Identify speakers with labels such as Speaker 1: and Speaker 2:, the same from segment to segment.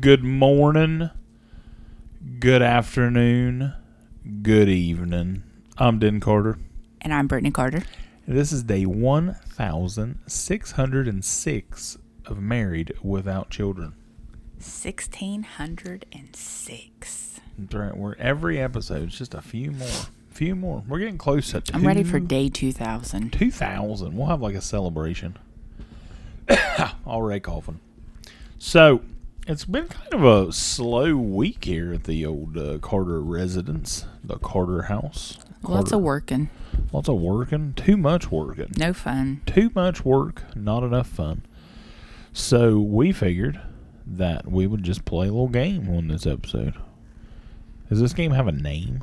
Speaker 1: good morning, good afternoon, good evening. I'm Den Carter.
Speaker 2: And I'm Brittany Carter.
Speaker 1: This is day 1606 of Married Without Children.
Speaker 2: 1606.
Speaker 1: That's right. We're every episode, it's just a few more. Few more. We're getting close to
Speaker 2: I'm ready for day 2000.
Speaker 1: 2000. We'll have like a celebration. Already coughing. So, it's been kind of a slow week here at the old uh, Carter residence, the Carter house.
Speaker 2: Lots
Speaker 1: Carter-
Speaker 2: of working.
Speaker 1: Lots of working. Too much working.
Speaker 2: No fun.
Speaker 1: Too much work, not enough fun. So we figured that we would just play a little game on this episode. Does this game have a name?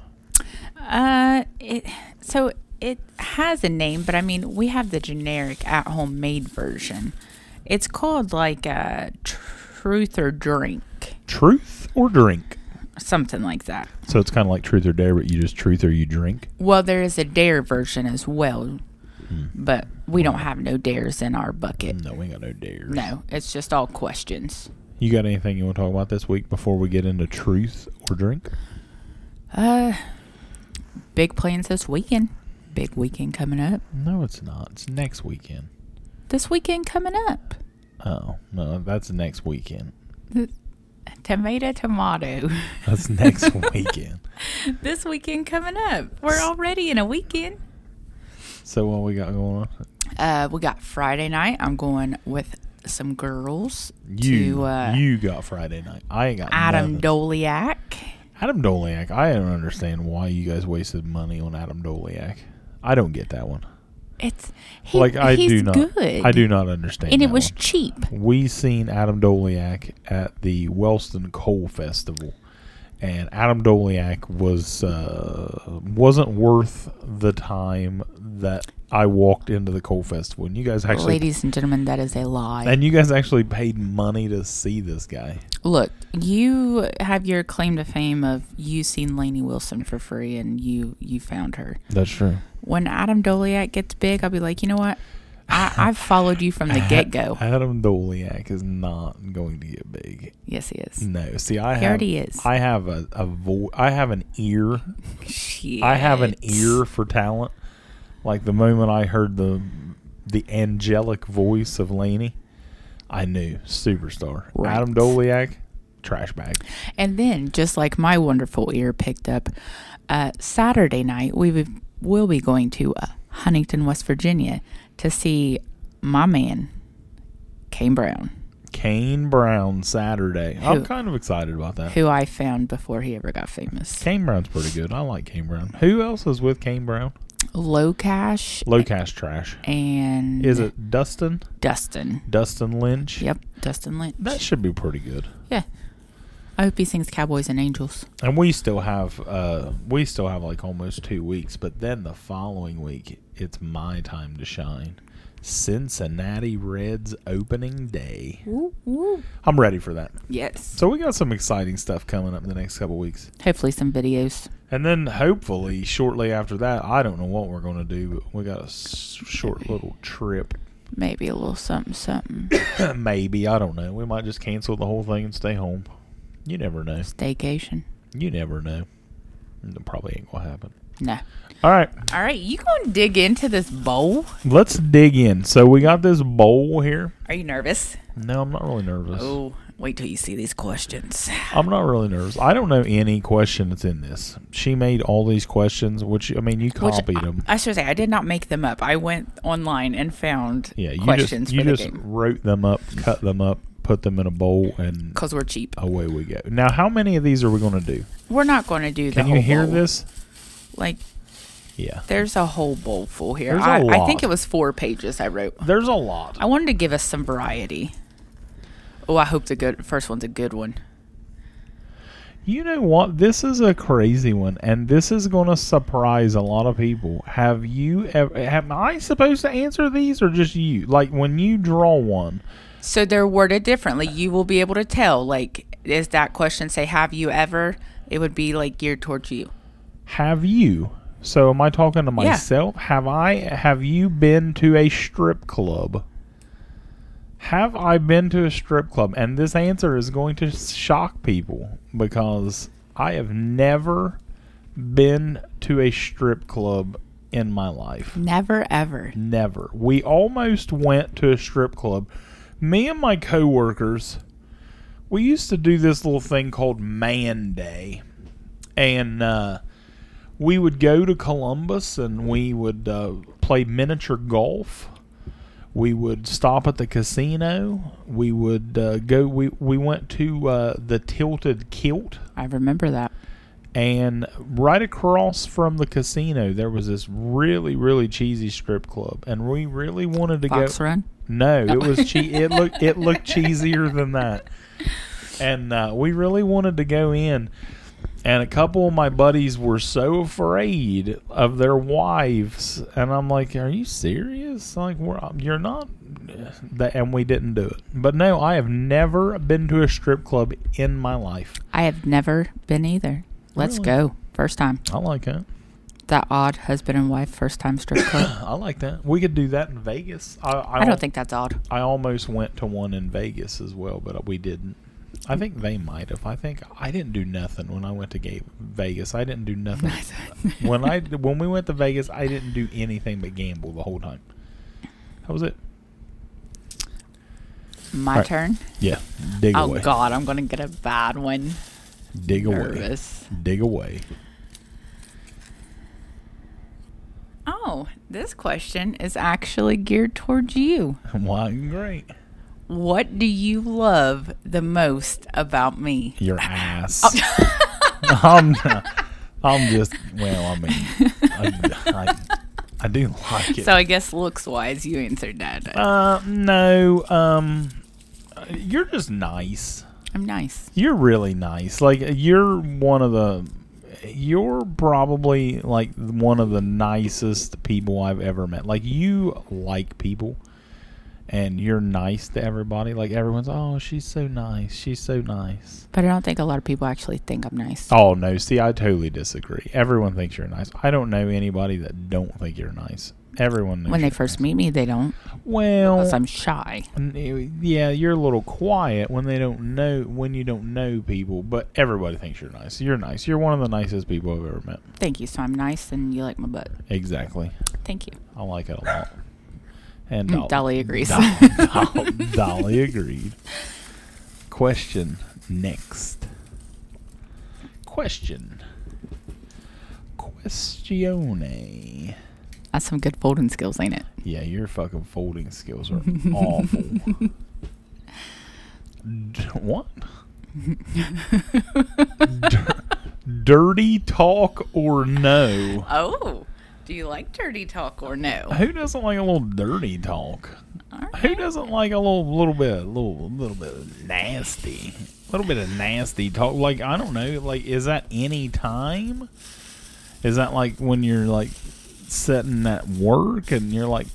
Speaker 2: Uh, it, so it has a name, but I mean, we have the generic at home made version. It's called like a truth or drink,
Speaker 1: Truth or drink?
Speaker 2: something like that.
Speaker 1: So it's kind of like truth or dare, but you just truth or you drink.
Speaker 2: Well, there is a dare version as well, but we don't have no dares in our bucket.
Speaker 1: No, we ain't got no dares.
Speaker 2: No, it's just all questions.
Speaker 1: You got anything you want to talk about this week before we get into truth or drink?
Speaker 2: Uh, big plans this weekend. Big weekend coming up.
Speaker 1: No, it's not. It's next weekend.
Speaker 2: This weekend coming up.
Speaker 1: Oh, no, that's next weekend.
Speaker 2: Tomato, tomato.
Speaker 1: That's next weekend.
Speaker 2: this weekend coming up. We're already in a weekend.
Speaker 1: So what we got going on?
Speaker 2: Uh, we got Friday night. I'm going with some girls
Speaker 1: You
Speaker 2: to uh,
Speaker 1: you got Friday night. I ain't got
Speaker 2: Adam
Speaker 1: nothing.
Speaker 2: Doliak.
Speaker 1: Adam Doliak. I don't understand why you guys wasted money on Adam Doliak. I don't get that one.
Speaker 2: It's he,
Speaker 1: like I
Speaker 2: he's
Speaker 1: do not.
Speaker 2: good.
Speaker 1: I do not understand.
Speaker 2: and it
Speaker 1: that
Speaker 2: was
Speaker 1: one.
Speaker 2: cheap.
Speaker 1: we seen Adam Doliak at the Wellston Coal Festival, and Adam Doliak was uh, wasn't worth the time that I walked into the coal festival. And you guys actually,
Speaker 2: Ladies and gentlemen, that is a lie.
Speaker 1: and you guys actually paid money to see this guy.
Speaker 2: Look, you have your claim to fame of you seen Lainey Wilson for free and you you found her.
Speaker 1: That's true.
Speaker 2: When Adam Doliak gets big, I'll be like, you know what? I, I've followed you from the get go.
Speaker 1: Adam Doliak is not going to get big.
Speaker 2: Yes, he is.
Speaker 1: No, see, I
Speaker 2: He
Speaker 1: have,
Speaker 2: already is.
Speaker 1: I have a, a vo- I have an ear.
Speaker 2: Shit.
Speaker 1: I have an ear for talent. Like the moment I heard the the angelic voice of Laney, I knew superstar.
Speaker 2: Right.
Speaker 1: Adam Doliak, trash bag.
Speaker 2: And then, just like my wonderful ear picked up, uh, Saturday night we will- will be going to uh, Huntington, West Virginia, to see my man, Kane Brown,
Speaker 1: Kane Brown Saturday. I'm
Speaker 2: Who-
Speaker 1: kind of excited about that.
Speaker 2: who I found before he ever got famous.
Speaker 1: Kane Brown's pretty good. I like Kane Brown. Who else is with Kane Brown?
Speaker 2: Low Cash
Speaker 1: Low cash trash.
Speaker 2: and
Speaker 1: Is it Dustin?
Speaker 2: Dustin.
Speaker 1: Dustin Lynch.
Speaker 2: Yep, Dustin Lynch.
Speaker 1: That should be pretty good.
Speaker 2: yeah. I hope he sings Cowboys and Angels.
Speaker 1: And we still have uh we still have like almost two weeks, but then the following week it's my time to shine. Cincinnati Reds opening day.
Speaker 2: Woo, woo.
Speaker 1: I'm ready for that.
Speaker 2: Yes.
Speaker 1: So we got some exciting stuff coming up in the next couple weeks.
Speaker 2: Hopefully, some videos.
Speaker 1: And then hopefully shortly after that, I don't know what we're going to do, but we got a s- short little trip.
Speaker 2: Maybe a little something, something.
Speaker 1: Maybe, I don't know. We might just cancel the whole thing and stay home. You never know.
Speaker 2: Staycation.
Speaker 1: You never know. It probably ain't going to happen.
Speaker 2: No.
Speaker 1: All right.
Speaker 2: All right, you gonna dig into this bowl?
Speaker 1: Let's dig in. So we got this bowl here.
Speaker 2: Are you nervous?
Speaker 1: No, I'm not really nervous.
Speaker 2: Oh, wait till you see these questions.
Speaker 1: I'm not really nervous. I don't know any question that's in this. She made all these questions, which I mean, you copied
Speaker 2: I,
Speaker 1: them.
Speaker 2: I should say I did not make them up. I went online and found
Speaker 1: yeah, you
Speaker 2: questions
Speaker 1: just you
Speaker 2: for
Speaker 1: just
Speaker 2: the game
Speaker 1: wrote them up, cut them up, put them in a bowl, and
Speaker 2: because we're cheap.
Speaker 1: away we go. Now, how many of these are we going to do?
Speaker 2: We're not going to do the
Speaker 1: Can you
Speaker 2: whole
Speaker 1: hear
Speaker 2: bowl.
Speaker 1: this?
Speaker 2: Like,
Speaker 1: Yeah,
Speaker 2: there's a whole bowl full here.
Speaker 1: There's a
Speaker 2: I, I think
Speaker 1: lot.
Speaker 2: it was four pages I wrote.
Speaker 1: there's a lot.
Speaker 2: I wanted to give us some variety. Oh, I hope the good first one's a good one.
Speaker 1: You know what? This is a crazy one, and this is going to surprise a lot of people. Have you ever? Am I supposed to answer these, or just you? Like when you draw one,
Speaker 2: So they're worded differently. You will be able to tell. Like, is that question say "Have you ever"? It would be like geared towards you.
Speaker 1: have you? So am I talking to myself? Have I? Have you been to a strip club? Have I been to a strip club? And this answer is going to shock people because I have never been to a strip club in my life.
Speaker 2: Never ever.
Speaker 1: Never. We almost went to a strip club. Me and my coworkers, we used to do this little thing called Man Day, and uh, we would go to Columbus and we would uh, play miniature golf. We would stop at the casino. We would uh, go. We we went to uh, the Tilted Kilt,
Speaker 2: I remember that.
Speaker 1: and right across from the casino there was this really really cheesy strip club, and we really wanted to go.
Speaker 2: Fox Run.
Speaker 1: No, it was che- it looked it looked cheesier than that. And uh, we really wanted to go in, and a couple of my buddies were so afraid of their wives, and I'm like, "Are you serious? Like, we're um, you're not." That, and we didn't do it. But no, I have never been to a strip club in my life.
Speaker 2: I have never been either. Let's
Speaker 1: Really?
Speaker 2: go. First time.
Speaker 1: I like that.
Speaker 2: That odd husband and wife first time strip club.
Speaker 1: I like that. We could do that in Vegas. I, I,
Speaker 2: I
Speaker 1: al-
Speaker 2: don't think that's odd.
Speaker 1: I almost went to one in Vegas as well, but we didn't. I think they might have. I think I didn't do nothing when I went to ga- Vegas. I didn't do nothing. when I when we went to Vegas, I didn't do anything but gamble the whole time. That was it.
Speaker 2: My
Speaker 1: All right.
Speaker 2: turn.
Speaker 1: Yeah, dig
Speaker 2: Oh
Speaker 1: away.
Speaker 2: God, I'm gonna get a bad one.
Speaker 1: Dig away.
Speaker 2: Nervous.
Speaker 1: Dig away.
Speaker 2: Oh, this question is actually geared towards you.
Speaker 1: Why? Great.
Speaker 2: What do you love the most about me?
Speaker 1: Your ass.
Speaker 2: Oh.
Speaker 1: I'm, I'm just. Well, I mean, I, I, I do like it.
Speaker 2: So I guess looks wise, you answered that.
Speaker 1: Uh, no. Um, you're just nice.
Speaker 2: I'm nice.
Speaker 1: You're really nice. Like you're one of the. You're probably like one of the nicest people I've ever met. Like you like people, and you're nice to everybody. Like everyone's, oh, she's so nice. She's so nice.
Speaker 2: But I don't think a lot of people actually think I'm nice.
Speaker 1: Oh no, see, I totally disagree. Everyone thinks you're nice. I don't know anybody that don't think you're nice. Everyone knows
Speaker 2: when they
Speaker 1: you're
Speaker 2: first meet me, they don't.
Speaker 1: nice. well,
Speaker 2: Because I'm shy.
Speaker 1: And it- eh, Yeah, you're a little quiet when they don't know when you don't know people, but everybody thinks you're nice. You're nice. You're one of the nicest people I've ever met.
Speaker 2: Thank you. So I'm nice and you like my butt.
Speaker 1: Exactly.
Speaker 2: Thank you.
Speaker 1: I like it a lot. And
Speaker 2: Mm, Dolly agrees.
Speaker 1: Dolly, Dolly, Dolly agreed. Question next. Question. Questione.
Speaker 2: That's some good folding skills, ain't it?
Speaker 1: Yeah, your fucking folding skills are awful. D- what? D- dirty talk or no?
Speaker 2: Oh, do you like dirty talk or no?
Speaker 1: Who doesn't like a little dirty talk? Who doesn't like a little little bit little little bit of nasty? A little bit of nasty talk. Like I don't know, like is that any time? Is that like when you're like sitting at work and you're like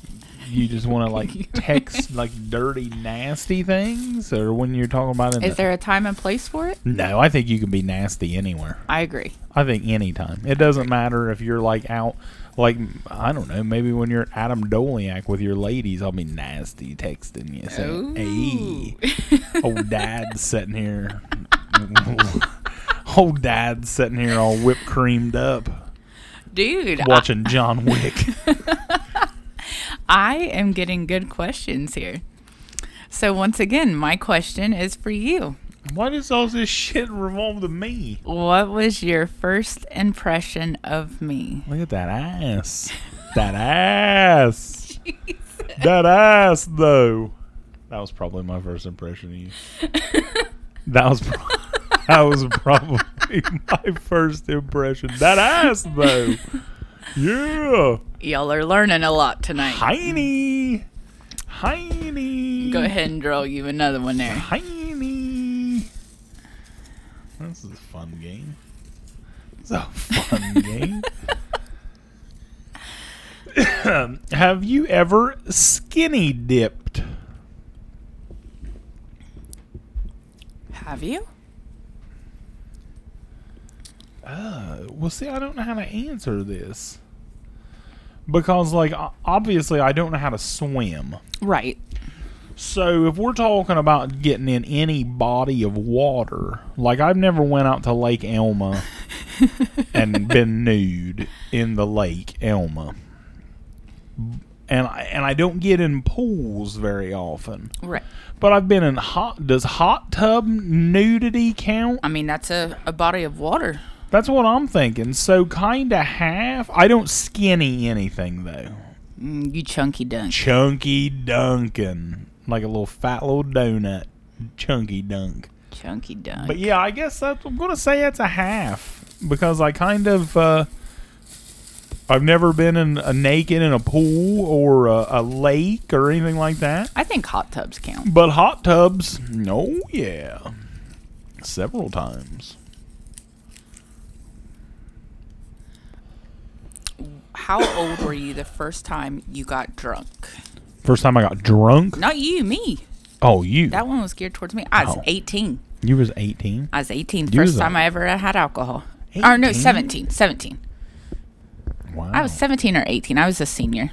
Speaker 1: you just want to like text like dirty nasty things or when you're talking about it
Speaker 2: Is there a time and place for it?
Speaker 1: No, I think you can be nasty anywhere.
Speaker 2: I agree.
Speaker 1: I think anytime. It doesn't matter if you're like out, like I don't know, maybe when you're at Adam Doliak with your ladies, I'll be nasty texting you saying, "Hey, old dad's sitting here, old dad's sitting here all whipped creamed up,
Speaker 2: Dude, I,
Speaker 1: watching John Wick."
Speaker 2: I am getting good questions here. So, once again, my question is for you.
Speaker 1: Why does all this shit revolve to me?
Speaker 2: What was your first impression of me?
Speaker 1: Look at that ass, that ass, that ass though. That was probably my first impression of you. That was pro- that was probably my first impression. That ass though. Yeah.
Speaker 2: Y'all are learning a lot tonight.
Speaker 1: Heiny. Heiny.
Speaker 2: Go ahead and draw you another one there.
Speaker 1: Heiny. This is a fun game. It's a fun game. Have you ever skinny dipped?
Speaker 2: Have you?
Speaker 1: Uh, Well, see, I don't know how to answer this because, like, o- obviously, I don't know how to swim.
Speaker 2: Right.
Speaker 1: So if we're talking about getting in any body of water, like I've never went out to Lake Elma and been nude in the Lake Elma. And I, and I don't get in pools very often.
Speaker 2: Right.
Speaker 1: But I've been in hot does hot tub nudity count?
Speaker 2: I mean, that's a, a body of water.
Speaker 1: That's what I'm thinking. So kind of half. I don't skinny anything though.
Speaker 2: Mm, You chunky dunk.
Speaker 1: Chunky Duncan, like a little fat little donut. Chunky Dunk.
Speaker 2: Chunky dunk.
Speaker 1: But yeah, I guess that's, I'm gonna say it's a half because I kind of uh, I've never been in a naked in a pool or a, a lake or anything like that.
Speaker 2: I think hot tubs count.
Speaker 1: But hot tubs, no, yeah, several times.
Speaker 2: How old were you the first time you got drunk?
Speaker 1: First time I got drunk.
Speaker 2: Not you, me.
Speaker 1: Oh, you
Speaker 2: That one was geared towards me. I was
Speaker 1: Oh.
Speaker 2: 18.
Speaker 1: you was 18.
Speaker 2: I was 18.
Speaker 1: You
Speaker 2: First
Speaker 1: was
Speaker 2: time
Speaker 1: a-
Speaker 2: I ever had alcohol. Or no,
Speaker 1: 18?
Speaker 2: 17. 17.
Speaker 1: Wow.
Speaker 2: I was 17 or 18. I was a senior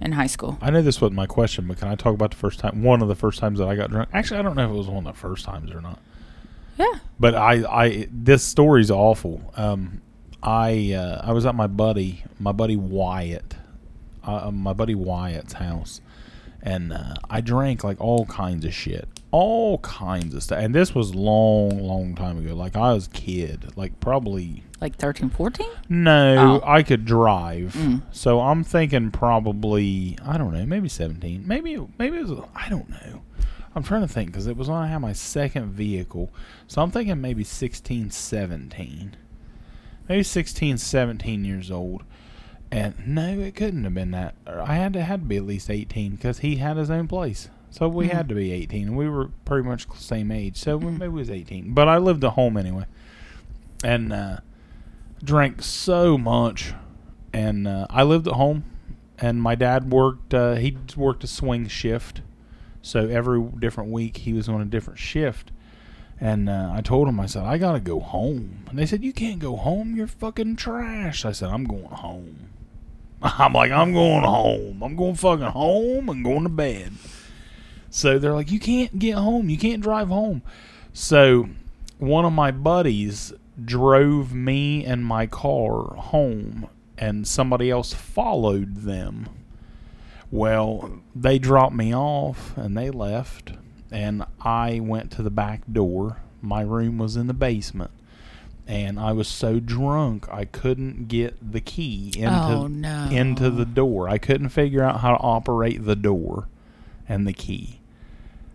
Speaker 2: in high school.
Speaker 1: I know this wasn't my question, but can I talk about the first time? One of the first times that I got drunk. Actually, I don't know if it was one of the first times or not.
Speaker 2: Yeah.
Speaker 1: But I, I this story's awful. Um, I, uh, I was at my buddy, my buddy Wyatt, uh, my buddy Wyatt's house, and uh, I drank like all kinds of shit, all kinds of stuff. And this was long, long time ago. Like I was a kid, like probably
Speaker 2: Like 13, 14?
Speaker 1: no,
Speaker 2: Oh.
Speaker 1: I could drive. So I'm thinking probably I don't know, maybe 17. Maybe maybe it was I don't know. I'm trying to think because it was when I had my second vehicle. So I'm thinking maybe 16, 17. Maybe 16, 17 years old. And no, it couldn't have been that. I had to had to be at least 18 because he had his own place. So we had to be 18, and we were pretty much the same age. So we maybe it was 18, but I lived at home anyway, and uh, drank so much. And uh, I lived at home, and my dad worked. Uh, he worked a swing shift, so every different week he was on a different shift. And uh, I told him, I said, I gotta go home. And they said, You can't go home. You're fucking trash. I said, I'm going home. I'm like, I'm going home. I'm going fucking home and going to bed. So they're like, you can't get home. You can't drive home. So one of my buddies drove me and my car home, and somebody else followed them. Well, they dropped me off and they left, and I went to the back door. My room was in the basement. And I was so drunk I couldn't get the key into
Speaker 2: Oh, no.
Speaker 1: into the door. I couldn't figure out how to operate the door and the key.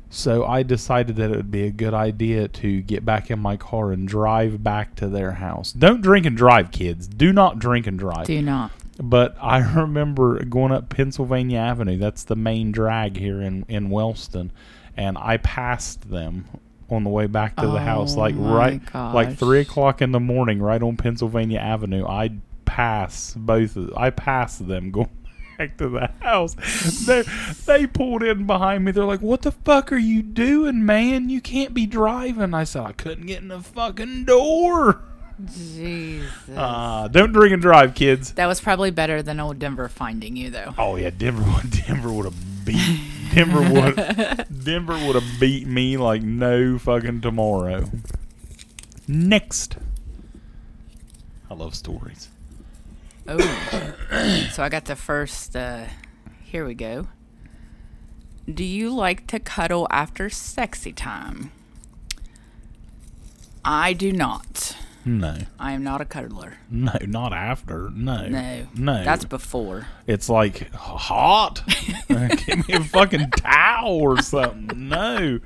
Speaker 1: So I decided that it would be a good idea to get back in my car and drive back to their house. Don't drink and drive, kids. Do not drink and drive.
Speaker 2: Do not.
Speaker 1: But I remember going up Pennsylvania Avenue. That's the main drag here in, in Wellston. And I passed them on the way back to the house,
Speaker 2: Oh
Speaker 1: like
Speaker 2: my
Speaker 1: right, like
Speaker 2: gosh.
Speaker 1: three o'clock in the morning, right on Pennsylvania Avenue. I pass both. Of, I passed them going back to the house. they they pulled in behind me. They're like, "What the fuck are you doing, man? You can't be driving." I said, "I couldn't get in the fucking door."
Speaker 2: Jesus.
Speaker 1: Uh, don't drink and drive, kids.
Speaker 2: that was probably better than old Denver finding you, though.
Speaker 1: Oh yeah, Denver would Denver would have beat Denver would Denver would have beat me like no fucking tomorrow. Next. I love stories.
Speaker 2: Oh. so I got the first. Uh, here we go. Do you like to cuddle after sexy time? I do not.
Speaker 1: No.
Speaker 2: I am not a cuddler.
Speaker 1: No, not after. No.
Speaker 2: No.
Speaker 1: No.
Speaker 2: That's before.
Speaker 1: it's like hot. Give me a fucking towel or something. No.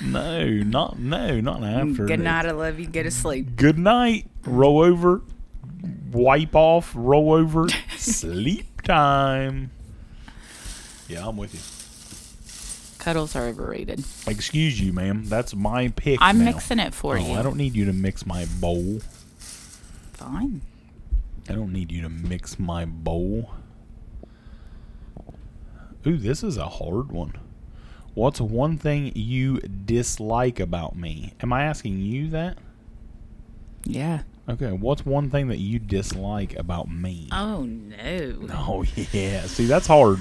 Speaker 1: No, not no, not after.
Speaker 2: Good night. I love you. Go to sleep.
Speaker 1: good night. Roll over, wipe off, roll over, sleep time. Yeah, I'm with you.
Speaker 2: Cuddles are overrated.
Speaker 1: Excuse you, ma'am. That's my pick.
Speaker 2: I'm
Speaker 1: now.
Speaker 2: mixing it for
Speaker 1: Oh,
Speaker 2: you.
Speaker 1: I don't need you to mix my bowl.
Speaker 2: Fine.
Speaker 1: I don't need you to mix my bowl. Ooh, this is a hard one. What's one thing you dislike about me? Am I asking you that?
Speaker 2: Yeah.
Speaker 1: Okay, what's one thing that you dislike about me?
Speaker 2: Oh no.
Speaker 1: Oh yeah. See, that's hard.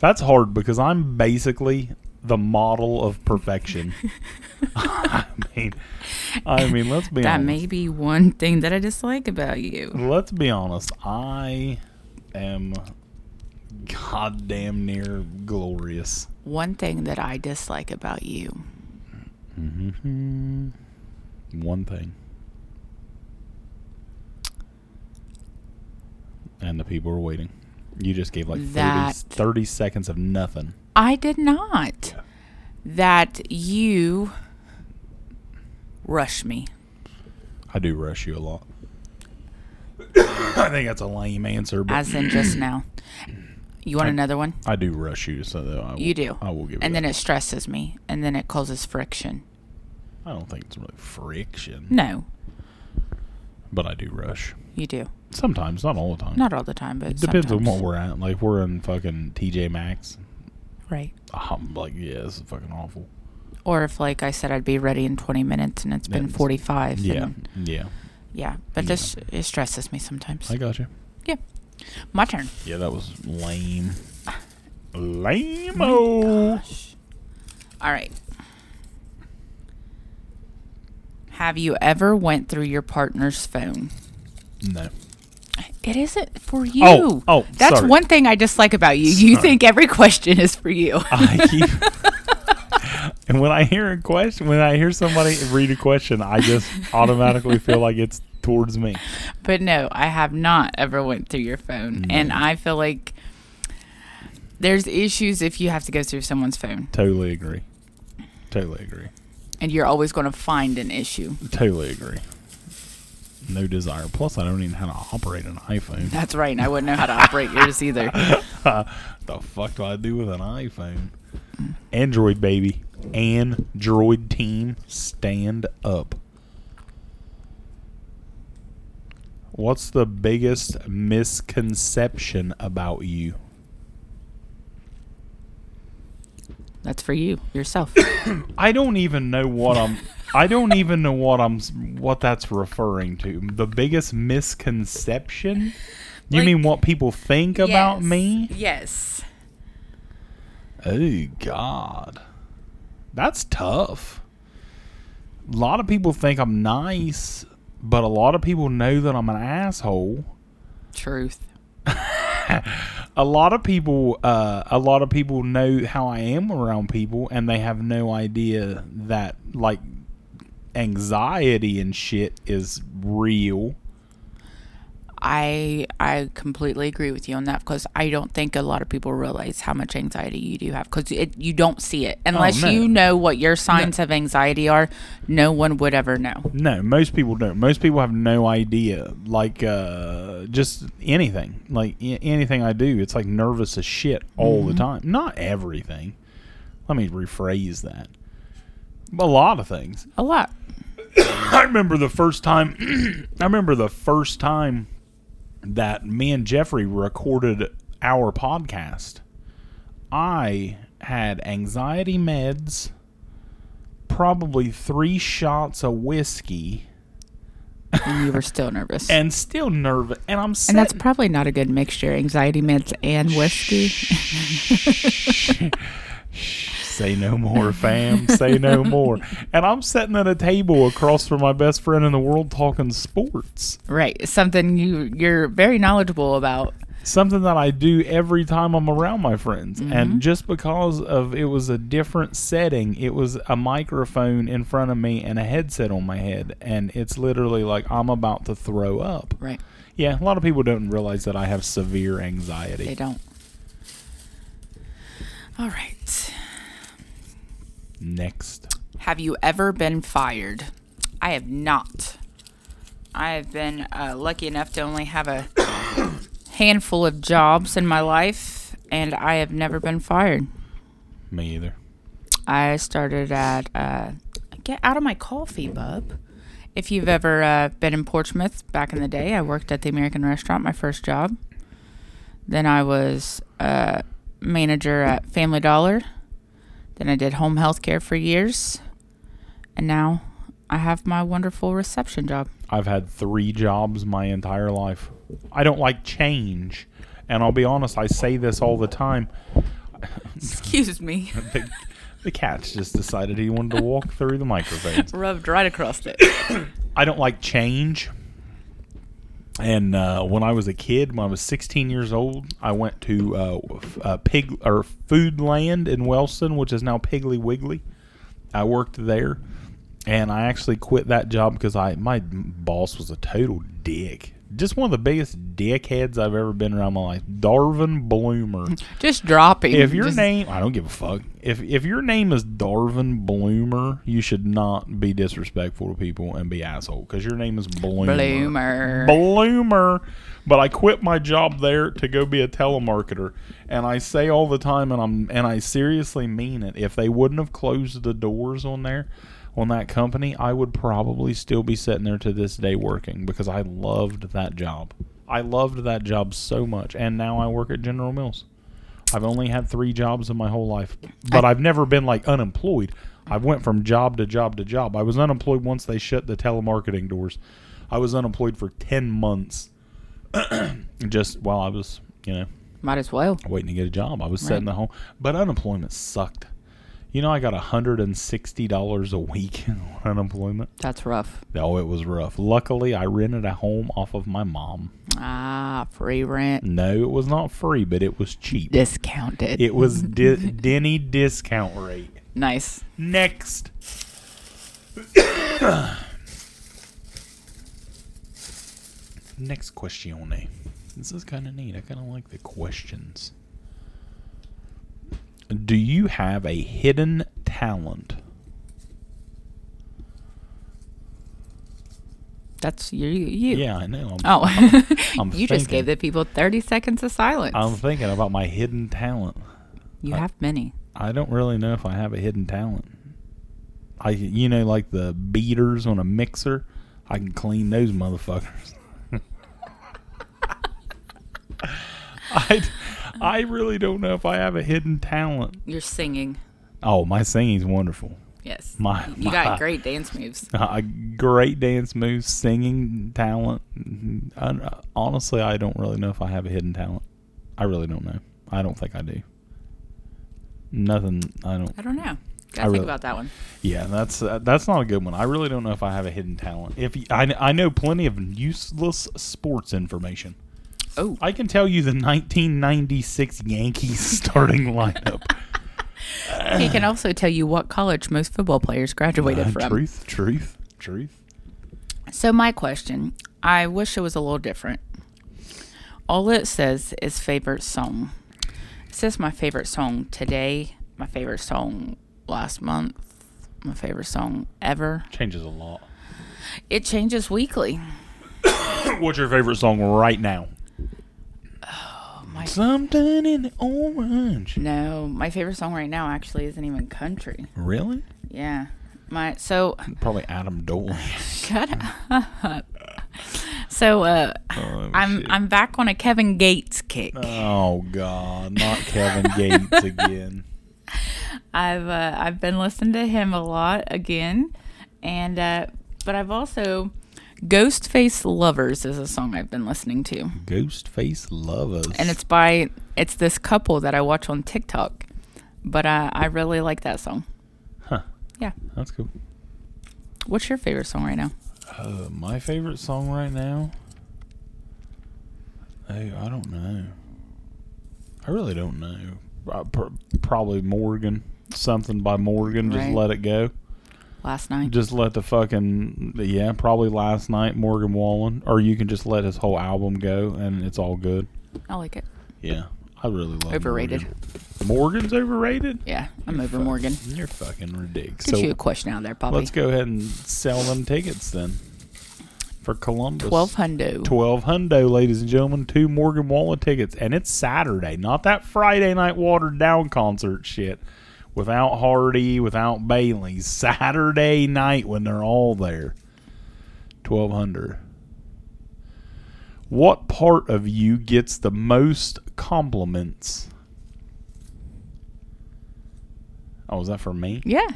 Speaker 1: That's hard because I'm basically the model of perfection. I mean, I mean, let's be
Speaker 2: that
Speaker 1: honest.
Speaker 2: may be one thing that I dislike about you.
Speaker 1: Let's be honest. I am goddamn near glorious.
Speaker 2: One thing that I dislike about you.
Speaker 1: One thing. And the people are waiting. You just gave like 30,
Speaker 2: That-
Speaker 1: 30 seconds of nothing.
Speaker 2: I did not. That you rush me.
Speaker 1: I do rush you a lot. I think that's a lame answer, but
Speaker 2: as in just now. You want another one?
Speaker 1: I do rush you. So that I will,
Speaker 2: You do.
Speaker 1: I will give.
Speaker 2: And
Speaker 1: it
Speaker 2: then it stresses me, and then it causes friction.
Speaker 1: I don't think it's really friction,
Speaker 2: No,
Speaker 1: but I do rush
Speaker 2: you do.
Speaker 1: sometimes, not all the time.
Speaker 2: Not all the time, but
Speaker 1: it depends on
Speaker 2: sometimes.
Speaker 1: what we're at. Like we're in fucking TJ Maxx.
Speaker 2: Right.
Speaker 1: I'm like, yeah, this is fucking awful.
Speaker 2: Or if, like I said, I'd be ready in 20 minutes, and it's been
Speaker 1: That's-
Speaker 2: 45.
Speaker 1: Yeah,
Speaker 2: and-
Speaker 1: yeah.
Speaker 2: yeah. But
Speaker 1: Yeah.
Speaker 2: this it stresses me sometimes.
Speaker 1: I got you.
Speaker 2: yeah. My turn.
Speaker 1: Yeah, that was lame. Lame.
Speaker 2: All right. Have you ever went through your partner's phone?
Speaker 1: No.
Speaker 2: It isn't for you.
Speaker 1: Oh, oh,
Speaker 2: that's
Speaker 1: sorry.
Speaker 2: one thing I dislike about you. You
Speaker 1: Sorry.
Speaker 2: think every question is for you.
Speaker 1: I keep. and when I hear a question, when I hear somebody read a question, I just automatically feel like it's towards me.
Speaker 2: but no, I have not ever went through your phone, and I feel like there's issues if you have to go through someone's phone,
Speaker 1: Totally agree. Totally agree.
Speaker 2: and you're always going to find an issue.
Speaker 1: Totally agree. No desire. Plus, I don't even know how to operate an iPhone.
Speaker 2: That's right. And I wouldn't know how to operate yours either.
Speaker 1: the fuck do I do with an iPhone? Android baby, Android team, stand up. What's the biggest misconception about you?
Speaker 2: That's for you yourself.
Speaker 1: I don't even know what I'm. I don't even know what I'm. What that's referring to. The biggest misconception. You
Speaker 2: Like-
Speaker 1: mean what people think about me?
Speaker 2: Yes.
Speaker 1: Oh God, that's tough. A lot of people think I'm nice, but a lot of people know that I'm an asshole.
Speaker 2: Truth.
Speaker 1: A lot of people, uh, a lot of people know how I am around people, and they have no idea that like anxiety and shit is real.
Speaker 2: I I completely agree with you on that because I don't think a lot of people realize how much anxiety you do have because you don't see it unless
Speaker 1: Oh, no.
Speaker 2: you know what your signs of anxiety are. No one would ever know.
Speaker 1: No, most people don't. Most people have no idea. Like, uh, just anything. Like a- anything I do, it's like nervous as shit all the time. Not everything. Let me rephrase that. A lot of things.
Speaker 2: A lot.
Speaker 1: I remember the first time. I remember the first time that me and Jeffrey recorded our podcast. I had anxiety meds, probably three shots of whiskey.
Speaker 2: And you were still nervous. and,
Speaker 1: and still nervous. And I'm sitting,
Speaker 2: that's probably not a good mixture: anxiety meds and whiskey.
Speaker 1: say no more, fam. say no more. And I'm sitting at a table across from my best friend in the world talking sports.
Speaker 2: right. Something you you're very knowledgeable about.
Speaker 1: Something that I do every time I'm around my friends. And just because of it was a different setting, it was a microphone in front of me and a headset on my head. And it's literally like I'm about to throw up.
Speaker 2: Right.
Speaker 1: Yeah, a lot of people don't realize that I have severe
Speaker 2: They
Speaker 1: anxiety.
Speaker 2: don't. All right.
Speaker 1: Next.
Speaker 2: Have you ever been fired? I have not. I have been uh, lucky enough to only have a handful of jobs in my life, and I have never been fired.
Speaker 1: Me either.
Speaker 2: I started at uh, get out of my coffee, bub. If you've ever uh, been in Portsmouth back in the day, I worked at the American restaurant, my first job. Then I was uh, manager at Family Dollar. Then I did home health care for years. And now I have my wonderful reception job.
Speaker 1: I've had three jobs my entire life. I don't like change. And I'll be honest, I say this all the time.
Speaker 2: Excuse me.
Speaker 1: Big, The cat just decided he wanted to walk through the microphone.
Speaker 2: Rubbed right across it.
Speaker 1: I don't like change. And uh, when I was a kid, when I was 16 years old, I went to uh, f- uh, Pig or Food Land in Wellston, which is now Piggly Wiggly. I worked there, and I actually quit that job because I my boss was a total dick. Just one of the biggest dickheads I've ever been around in my life. Darvin Bloomer.
Speaker 2: Just dropping.
Speaker 1: If your
Speaker 2: Just-
Speaker 1: name, I don't give a fuck. If if your name is Darvin Bloomer, you should not be disrespectful to people and be asshole because your name is Bloomer.
Speaker 2: Bloomer.
Speaker 1: Bloomer. But I quit my job there to go be a telemarketer, and I say all the time, and I'm and I seriously mean it. If they wouldn't have closed the doors on there. On that company, I would probably still be sitting there to this day working because I loved that job. I loved that job so much, and now I work at General Mills. I've only had three jobs in my whole life, but I've never been like unemployed. I went from job to job to job. I was unemployed once they shut the telemarketing doors. I was unemployed for ten months, just while I was, you know,
Speaker 2: Might as well.
Speaker 1: waiting to get a job. I was sitting at home, but unemployment sucked. You know, I got hundred and sixty dollars a week on unemployment.
Speaker 2: That's rough.
Speaker 1: Oh, it was rough. Luckily, I rented a home off of my mom.
Speaker 2: Ah, free rent.
Speaker 1: No, it was not free, but it was cheap.
Speaker 2: Discounted.
Speaker 1: It was di- Denny discount rate.
Speaker 2: nice.
Speaker 1: Next. Next question. This is kind of neat. I kind of like the questions. Do you have a hidden talent?
Speaker 2: That's you. you.
Speaker 1: Yeah, I know. I'm,
Speaker 2: Oh,
Speaker 1: I'm
Speaker 2: you just
Speaker 1: thinking.
Speaker 2: gave the people 30 seconds of silence.
Speaker 1: I'm thinking about my hidden talent.
Speaker 2: you
Speaker 1: I-
Speaker 2: have many.
Speaker 1: I don't really know if I have a hidden talent. I, you know, like the beaters on a mixer, I can clean those motherfuckers. I, I really don't know if I have a hidden talent.
Speaker 2: You're singing.
Speaker 1: Oh, my singing's wonderful.
Speaker 2: Yes.
Speaker 1: My-
Speaker 2: you got
Speaker 1: my-
Speaker 2: great dance moves.
Speaker 1: Uh, great dance moves, singing talent. I, honestly, I don't really know if I have a hidden talent. I really don't know. I don't think I do. Nothing. I don't.
Speaker 2: I don't know. Gotta
Speaker 1: I
Speaker 2: think
Speaker 1: really-
Speaker 2: about that one.
Speaker 1: Yeah, that's uh, that's not a good one. I really don't know if I have a hidden talent. If y I I I know plenty of useless sports information.
Speaker 2: Oh,
Speaker 1: I can tell you the 1996 Yankees starting lineup.
Speaker 2: he can also tell you what college most football players graduated
Speaker 1: Uh,
Speaker 2: from.
Speaker 1: truth, truth, truth.
Speaker 2: So, my question I wish it was a little different. All it says is favorite song. It says my favorite song today, my favorite song last month, my favorite song ever.
Speaker 1: Changes a lot.
Speaker 2: It changes weekly.
Speaker 1: What's your favorite song right now? Oh
Speaker 2: my-
Speaker 1: Something in the orange.
Speaker 2: No, my favorite song right now actually isn't even country.
Speaker 1: Really?
Speaker 2: Yeah. My so
Speaker 1: Probably Adam Dole.
Speaker 2: shut up. So uh
Speaker 1: Oh,
Speaker 2: I'm
Speaker 1: shit.
Speaker 2: I'm back on a Kevin Gates kick.
Speaker 1: Oh God, not Kevin Gates again.
Speaker 2: I've uh, I've been listening to him a lot again, and uh, but I've also Ghostface Lovers is a song I've been listening to,
Speaker 1: Ghostface lovers.
Speaker 2: and it's by it's this couple that I watch on TikTok, but I I really like that song.
Speaker 1: huh.
Speaker 2: Yeah,
Speaker 1: That's cool.
Speaker 2: what's your favorite song right now?
Speaker 1: Uh, my favorite song right now. Oh, I don't know. I really don't know. Uh, pr- probably Morgan. Something by Morgan. Just
Speaker 2: Right.
Speaker 1: let it go.
Speaker 2: Last night.
Speaker 1: Just let the fucking yeah. Probably last night Morgan Wallen. Or you can just let his whole album go and it's all good.
Speaker 2: I like it.
Speaker 1: Yeah, I really love
Speaker 2: Overrated.
Speaker 1: Morgan. Morgan's overrated.
Speaker 2: Yeah, I'm over
Speaker 1: Fuck.
Speaker 2: Morgan.
Speaker 1: You're fucking ridiculous.
Speaker 2: Get
Speaker 1: So
Speaker 2: you a question out there, Poppy.
Speaker 1: let's go ahead and sell them tickets then for Columbus.
Speaker 2: Twelve hundo.
Speaker 1: 12 hundo, ladies and gentlemen. Two Morgan Wallen tickets. And it's Saturday, not that Friday night watered down concert shit without Hardy, without Bailey. Saturday night when they're all there. 1200. What part of you gets the most compliments? Oh, is that for me?
Speaker 2: yeah.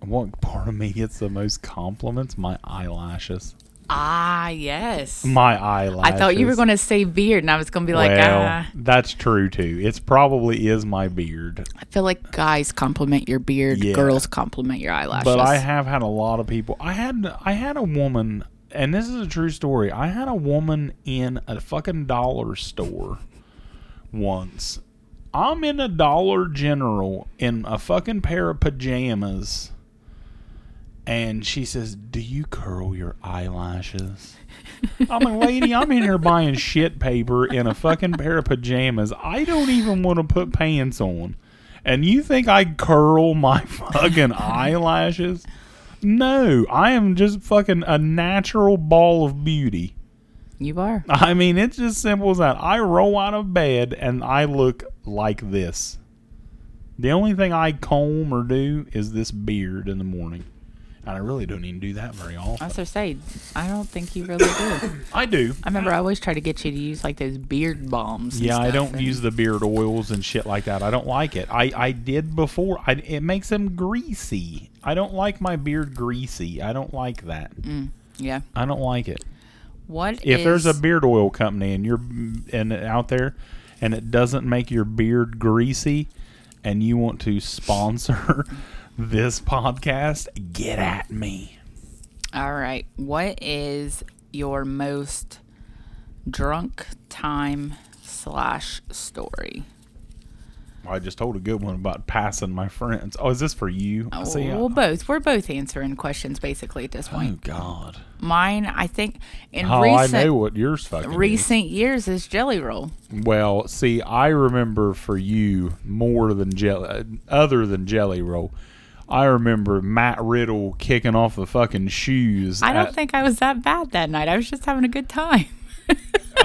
Speaker 1: What part of me gets the most compliments? My eyelashes.
Speaker 2: Ah, yes.
Speaker 1: My eyelash.
Speaker 2: I thought you were going to say beard, and I was going to be like, ah.
Speaker 1: that's true too. It's probably is my beard,
Speaker 2: I feel like guys compliment your beard,
Speaker 1: Yeah.
Speaker 2: girls compliment your eyelashes.
Speaker 1: but I have had a lot of people. I had I had a woman, and this is a true story. I had a woman in a fucking dollar store once. I'm in a Dollar General in a fucking pair of pajamas, and she says, "Do you curl your eyelashes?" I'm like, lady, I'm in here buying shit paper in a fucking pair of pajamas. I don't even want to put pants on. And you think I curl my fucking eyelashes? No, I am just fucking a natural ball of beauty.
Speaker 2: you are.
Speaker 1: I mean, it's just simple as that. I roll out of bed and I look like this. The only thing I comb or do is this beard in the morning. And I really don't even do that very
Speaker 2: I
Speaker 1: often.
Speaker 2: was gonna say, I don't think you really do.
Speaker 1: I do.
Speaker 2: I remember I always try to get you to use like those beard bombs. and
Speaker 1: Yeah, I
Speaker 2: stuff,
Speaker 1: don't
Speaker 2: and-
Speaker 1: use the beard oils and shit like that. I don't like it. I, I did before. I, it makes them greasy. I don't like my beard greasy. I don't like that.
Speaker 2: Yeah.
Speaker 1: I don't like it.
Speaker 2: What
Speaker 1: If there's a
Speaker 2: Mm. is-
Speaker 1: beard oil company and you're and out there and it doesn't make your beard greasy and you want to sponsor this podcast, get at me.
Speaker 2: all right? What is your most drunk time slash story?
Speaker 1: I just told a good one about passing my friends. Oh, is this for you? I see. uh,
Speaker 2: well, both we're both answering questions basically at this
Speaker 1: oh
Speaker 2: point.
Speaker 1: God.
Speaker 2: Mine, I think, in
Speaker 1: Oh, Hmm. I know
Speaker 2: recent
Speaker 1: what yours fucking is.
Speaker 2: recent years is Jelly Roll.
Speaker 1: Well, see, I remember for you more than jelly, uh, other than Jelly Roll. I remember Matt Riddle kicking off the fucking shoes.
Speaker 2: I don't
Speaker 1: at-
Speaker 2: think I was that bad that night. I was just having a good time.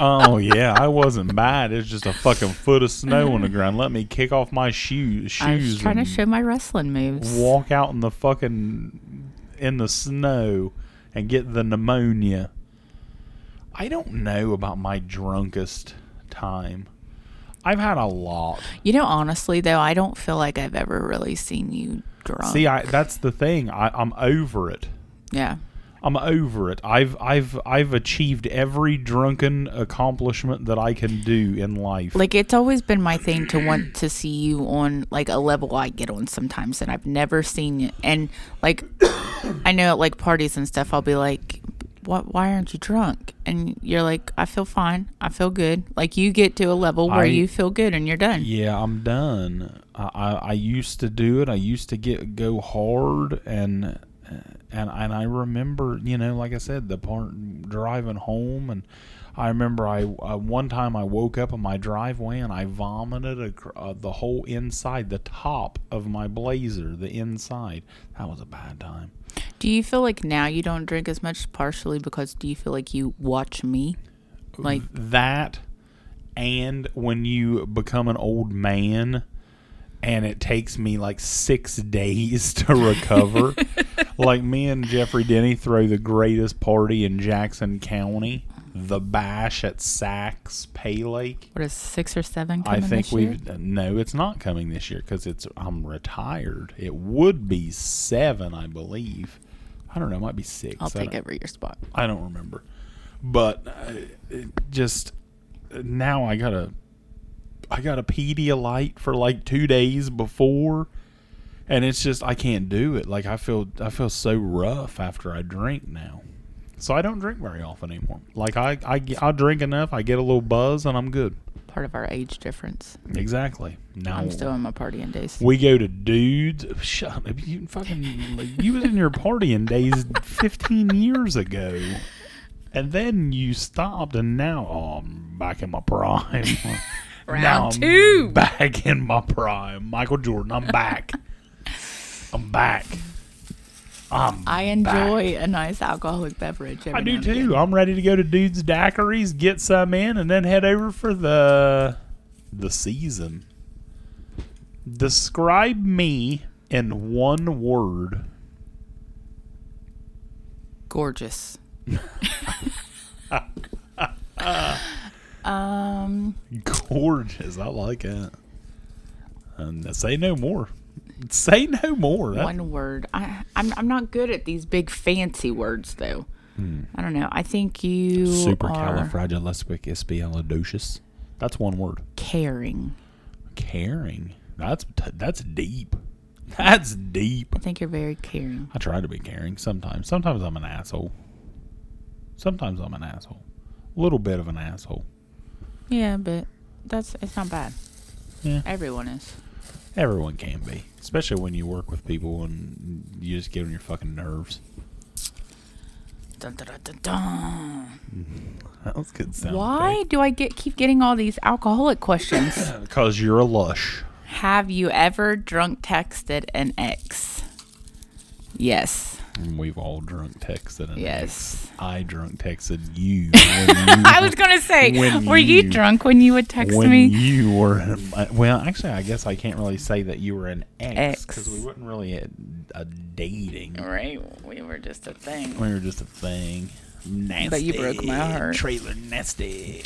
Speaker 1: Oh yeah, I wasn't bad. It's just a fucking foot of snow on the ground. Let me kick off my shoe,
Speaker 2: I was
Speaker 1: shoes
Speaker 2: trying to
Speaker 1: and
Speaker 2: show my wrestling moves.
Speaker 1: walk out in the fucking in the snow and get the pneumonia. I don't know about my drunkest time. I've had a lot.
Speaker 2: You know, honestly though, I don't feel like I've ever really seen you drunk.
Speaker 1: See, I, that's the thing. I, I'm over it.
Speaker 2: yeah.
Speaker 1: I'm over it. I've I've I've achieved every drunken accomplishment that I can do in life.
Speaker 2: Like it's always been my thing to want to see you on like a level I get on sometimes, and I've never seen it. And like, I know at like parties and stuff, I'll be like, "What? Why aren't you drunk?" And you're like, "I feel fine. I feel good." Like you get to a level where
Speaker 1: I-
Speaker 2: you feel good and you're done.
Speaker 1: yeah, I'm done. I, I I used to do it. I used to get go hard and and and I remember, you know, like I said, the part driving home and I remember I uh, one time I woke up in my driveway and I vomited acr uh, the whole inside, the top of my blazer, the inside. That was a bad time.
Speaker 2: Do you feel like now you don't drink as much, partially because do you feel like you watch me? Like,
Speaker 1: that and when you become an old man and it takes me like six days to recover like me and jeffrey denny throw the greatest party in jackson county the bash at Saks pay lake
Speaker 2: what is six or seven?
Speaker 1: i
Speaker 2: Coming
Speaker 1: think
Speaker 2: this year?
Speaker 1: we've no it's not coming this year because it's i'm retired it would be seven i believe i don't know it might be 6
Speaker 2: I'll
Speaker 1: I
Speaker 2: take
Speaker 1: don't-
Speaker 2: over your spot.
Speaker 1: I don't remember, but uh, it just now I got a I got a Pedialyte for like two days before, and it's just I can't do it. Like I feel I feel so rough after I drink now, so I don't drink very often anymore. Like I I get- I drink enough, I get a little buzz, and I'm good.
Speaker 2: Part of our age difference.
Speaker 1: Exactly. Now
Speaker 2: I'm still in my partying days.
Speaker 1: we go to dudes. Shut up! You fucking like, you was in your partying days fifteen years ago, and then you stopped, and now oh, I'm back in my prime.
Speaker 2: Round
Speaker 1: Now I'm
Speaker 2: two.
Speaker 1: back in my prime. Michael Jordan, I'm back. I'm back. I'm
Speaker 2: I enjoy a nice alcoholic beverage. Every
Speaker 1: I
Speaker 2: now
Speaker 1: do
Speaker 2: and
Speaker 1: too. I'm ready to go to dudes' daiquiris, get some in, and then head over for the the season. Describe me in one word.
Speaker 2: again. Gorgeous.
Speaker 1: Gorgeous. I like it. And say no more. Say no more. That-
Speaker 2: One word. I, I'm I'm not good at these big fancy words though.
Speaker 1: Hmm.
Speaker 2: I don't know. I think you are
Speaker 1: Supercalifragilisticexpialidocious. That's one word.
Speaker 2: caring.
Speaker 1: Caring. That's t- that's deep. That's deep.
Speaker 2: I think you're very caring.
Speaker 1: I try to be caring sometimes. Sometimes I'm an asshole. Sometimes I'm an asshole. A little bit of an asshole.
Speaker 2: Yeah, but that's it's not bad.
Speaker 1: Yeah.
Speaker 2: Everyone is.
Speaker 1: Everyone can be, especially when you work with people and you just get on your fucking nerves.
Speaker 2: Dun, dun, dun, dun, dun.
Speaker 1: That was good sound.
Speaker 2: Why do I get keep getting all these alcoholic questions?
Speaker 1: Because you're a lush.
Speaker 2: Have you ever drunk texted an ex? Yes.
Speaker 1: And we've all drunk texted. And
Speaker 2: Yes.
Speaker 1: I drunk texted you. when you
Speaker 2: I was gonna say,
Speaker 1: When
Speaker 2: were you,
Speaker 1: you-
Speaker 2: drunk when you would text
Speaker 1: when
Speaker 2: me?
Speaker 1: you were an- uh, well actually i guess i can't really say that you were an ex
Speaker 2: Ex.
Speaker 1: because we weren't really a, a dating
Speaker 2: right, we were just a thing.
Speaker 1: we were just a thing nasty
Speaker 2: But you broke my heart.
Speaker 1: trailer nasty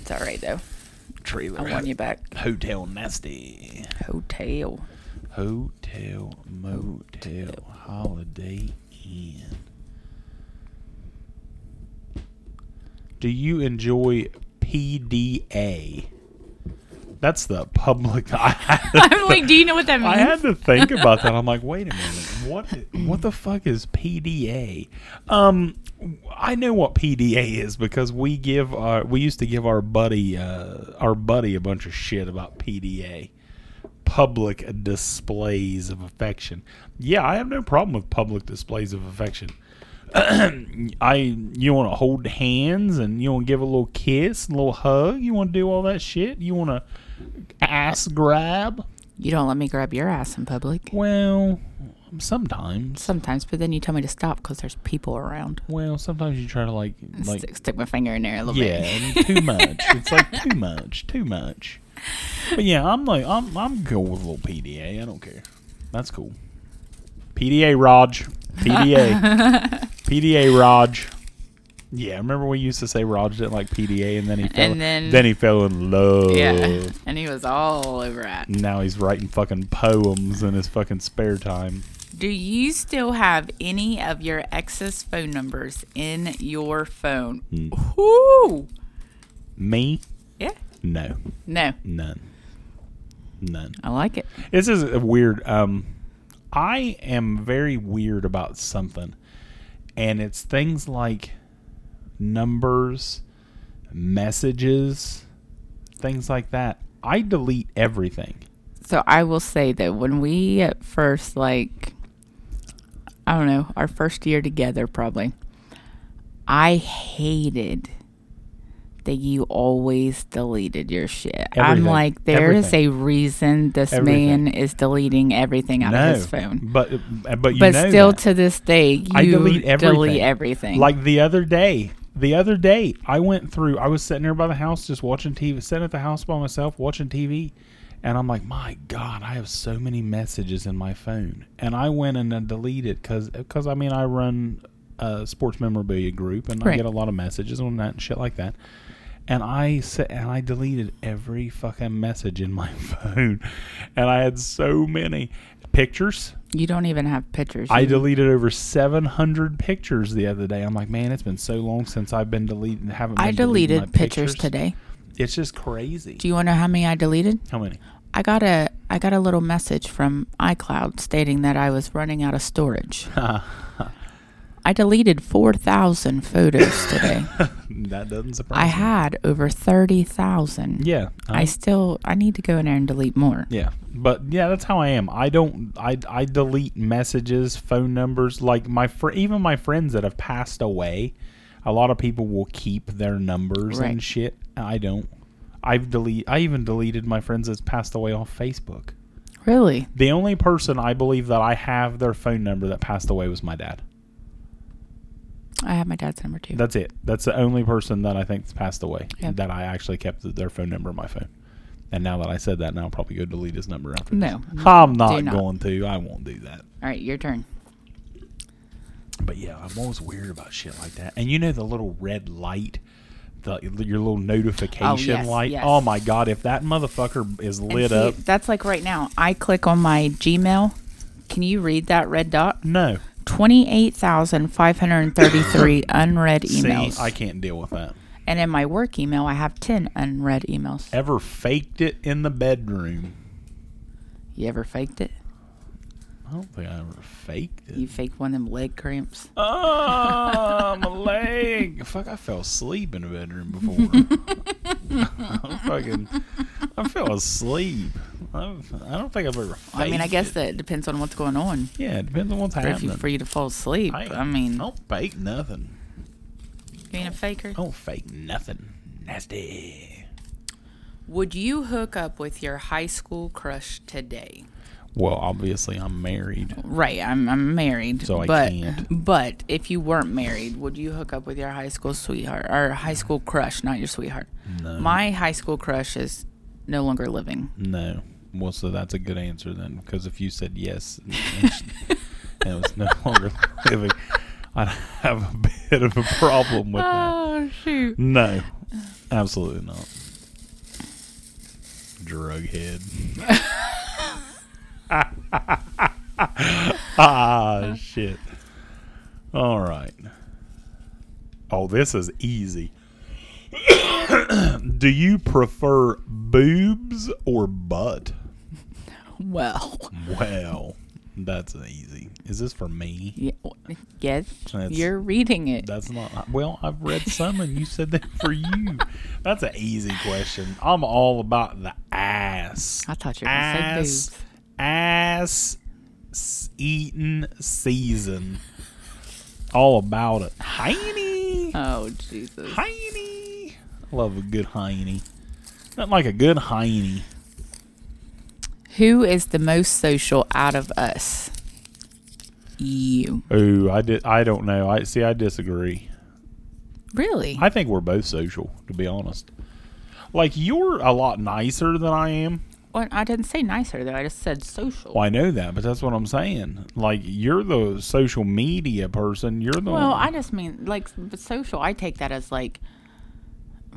Speaker 2: It's all right though.
Speaker 1: trailer
Speaker 2: I want you back.
Speaker 1: hotel nasty
Speaker 2: Hotel.
Speaker 1: hotel motel holiday inn do you enjoy pda that's the public
Speaker 2: I'm like, do you know what that means?
Speaker 1: I had to think about that. I'm like, wait a minute, what what the fuck is PDA? Um, I know what PDA is because we give our we used to give our buddy uh, our buddy a bunch of shit about PDA, public displays of affection. Yeah, I have no problem with public displays of affection. I you want to hold hands and you want to give a little kiss, a little hug. You want to do all that shit. You want to ass grab.
Speaker 2: you don't let me grab your ass in public.
Speaker 1: Well, sometimes.
Speaker 2: Sometimes, but then you tell me to stop because there's people around.
Speaker 1: Well, sometimes you try to like, like,
Speaker 2: stick, stick my finger in there a little
Speaker 1: yeah,
Speaker 2: bit.
Speaker 1: I mean, too much. It's like too much, too much. But yeah, I'm like, I'm, I'm cool with a little PDA. I don't care. That's cool. PDA, Raj. PDA. PDA, Raj. Yeah, remember we used to say Raj didn't like PDA, and then he fell,
Speaker 2: And then-
Speaker 1: he fell in love. Uh.
Speaker 2: Yeah. And he was all over it.
Speaker 1: Now he's writing fucking poems in his fucking spare time.
Speaker 2: Do you still have any of your ex's phone numbers in your phone?
Speaker 1: Hmm.
Speaker 2: Ooh.
Speaker 1: Me,
Speaker 2: Yeah.
Speaker 1: no.
Speaker 2: No.
Speaker 1: None. None.
Speaker 2: I like it.
Speaker 1: This is a weird. Um, I am very weird about something, and it's things like numbers, messages, things like that. I delete everything.
Speaker 2: So I will say that when we at first, like, I don't know, our first year together, probably, I hated that you always deleted your shit. I'm
Speaker 1: Everything.
Speaker 2: like, there is
Speaker 1: Everything.
Speaker 2: a reason this
Speaker 1: Everything.
Speaker 2: man is deleting everything out
Speaker 1: no,
Speaker 2: of his phone.
Speaker 1: but but you
Speaker 2: But
Speaker 1: know
Speaker 2: still,
Speaker 1: that.
Speaker 2: to this day, you
Speaker 1: I delete
Speaker 2: delete everything.
Speaker 1: everything. Like the other day, the other day, I went through. I was sitting there by the house, just watching TV, sitting at the house by myself, watching TV, and I'm like, my God, I have so many messages in my phone, and I went and I deleted because I mean I run a sports memorabilia group and I
Speaker 2: Right.
Speaker 1: get a lot of messages on that and shit like that. And I said, and I deleted every fucking message in my phone, and I had so many pictures.
Speaker 2: you don't even have pictures.
Speaker 1: I
Speaker 2: You-
Speaker 1: deleted over 700 pictures the other day. I'm like, man, it's been so long since I've been deleting. Haven't
Speaker 2: I
Speaker 1: been deleting
Speaker 2: deleted
Speaker 1: my
Speaker 2: pictures today.
Speaker 1: It's just crazy.
Speaker 2: Do you want to know how many I deleted?
Speaker 1: How many?
Speaker 2: I got a I got a little message from iCloud stating that I was running out of storage. I deleted 4,000 photos today.
Speaker 1: That doesn't surprise
Speaker 2: I
Speaker 1: me.
Speaker 2: had over 30,000.
Speaker 1: Yeah.
Speaker 2: I
Speaker 1: um,
Speaker 2: still I need to go in there and delete more.
Speaker 1: yeah. But yeah, that's how I am. I don't. I I delete messages, phone numbers, like my fr- even my friends that have passed away. A lot of people will keep their numbers and
Speaker 2: Right.
Speaker 1: shit. I don't. I've delete. I even deleted my friends that's passed away off Facebook.
Speaker 2: Really?
Speaker 1: The only person I believe that I have their phone number that passed away was my dad.
Speaker 2: I have my dad's number too.
Speaker 1: That's it. That's the only person that I think's passed away
Speaker 2: Yeah.
Speaker 1: that I actually kept th- their phone number in my phone. And now that I said that, now I'll probably go delete his number after.
Speaker 2: no.
Speaker 1: I'm not,
Speaker 2: Do not.
Speaker 1: going to. I won't do that.
Speaker 2: All right, your turn.
Speaker 1: But yeah, I'm always weird about shit like that. And you know the little red light, the your little notification
Speaker 2: Oh, yes,
Speaker 1: light.
Speaker 2: yes.
Speaker 1: Oh my god, if that motherfucker is
Speaker 2: And
Speaker 1: lit
Speaker 2: see,
Speaker 1: up,
Speaker 2: That's like right now. I click on my Gmail. Can you read that red dot?
Speaker 1: no.
Speaker 2: 28,533 unread emails.
Speaker 1: See, I can't deal with that.
Speaker 2: and in my work email, I have 10 unread emails.
Speaker 1: Ever faked it in the bedroom?
Speaker 2: You ever faked it?
Speaker 1: I don't think I ever faked it.
Speaker 2: You faked one of them leg cramps?
Speaker 1: Oh, my leg. Fuck, I fell asleep in the bedroom before. I fucking, I fell asleep. I've, I don't think I've ever.
Speaker 2: I mean, I
Speaker 1: faked
Speaker 2: guess
Speaker 1: it.
Speaker 2: that depends on what's going on.
Speaker 1: Yeah, it depends on what's
Speaker 2: But if you,
Speaker 1: happening.
Speaker 2: for you to fall asleep,
Speaker 1: I, ain't-
Speaker 2: I mean,
Speaker 1: I don't fake nothing.
Speaker 2: being a faker.
Speaker 1: I don't fake nothing. Nasty.
Speaker 2: Would you hook up with your high school crush today?
Speaker 1: Well, obviously, I'm married.
Speaker 2: Right, I'm I'm married.
Speaker 1: So I
Speaker 2: but,
Speaker 1: can't.
Speaker 2: But if you weren't married, would you hook up with your high school sweetheart or high school crush, not your sweetheart?
Speaker 1: No.
Speaker 2: My high school crush is no longer living.
Speaker 1: No. Well, so that's a good answer then, because if you said yes and, and she- and it was no longer living, I'd have a bit of a problem with that.
Speaker 2: shoot.
Speaker 1: No, absolutely not. Drug head. ah, shit. All right. Oh, this is easy. Do you prefer boobs or butt?
Speaker 2: Well,
Speaker 1: Well, that's easy. Is this for me?
Speaker 2: yeah, yes,
Speaker 1: That's-
Speaker 2: you're reading it.
Speaker 1: That's not well. I've read some, and you said that for you. That's an easy question. I'm all about the ass.
Speaker 2: I thought you were gonna say
Speaker 1: ass,
Speaker 2: boobs.
Speaker 1: ass s- eating season. All about it. Heiny,
Speaker 2: Oh Jesus!
Speaker 1: heiny. I love a good heiny. Nothing like a good heiny.
Speaker 2: Who is the most social out of us? You.
Speaker 1: Ooh, I did. I don't know. I see. I disagree.
Speaker 2: Really?
Speaker 1: I think we're both social, to be honest. Like you're a lot nicer than I am.
Speaker 2: Well, I didn't say nicer though. I just said social.
Speaker 1: Well, I know that, but that's what I'm saying. Like you're the social media person. You're the
Speaker 2: Well, I just mean like but social. I take that as like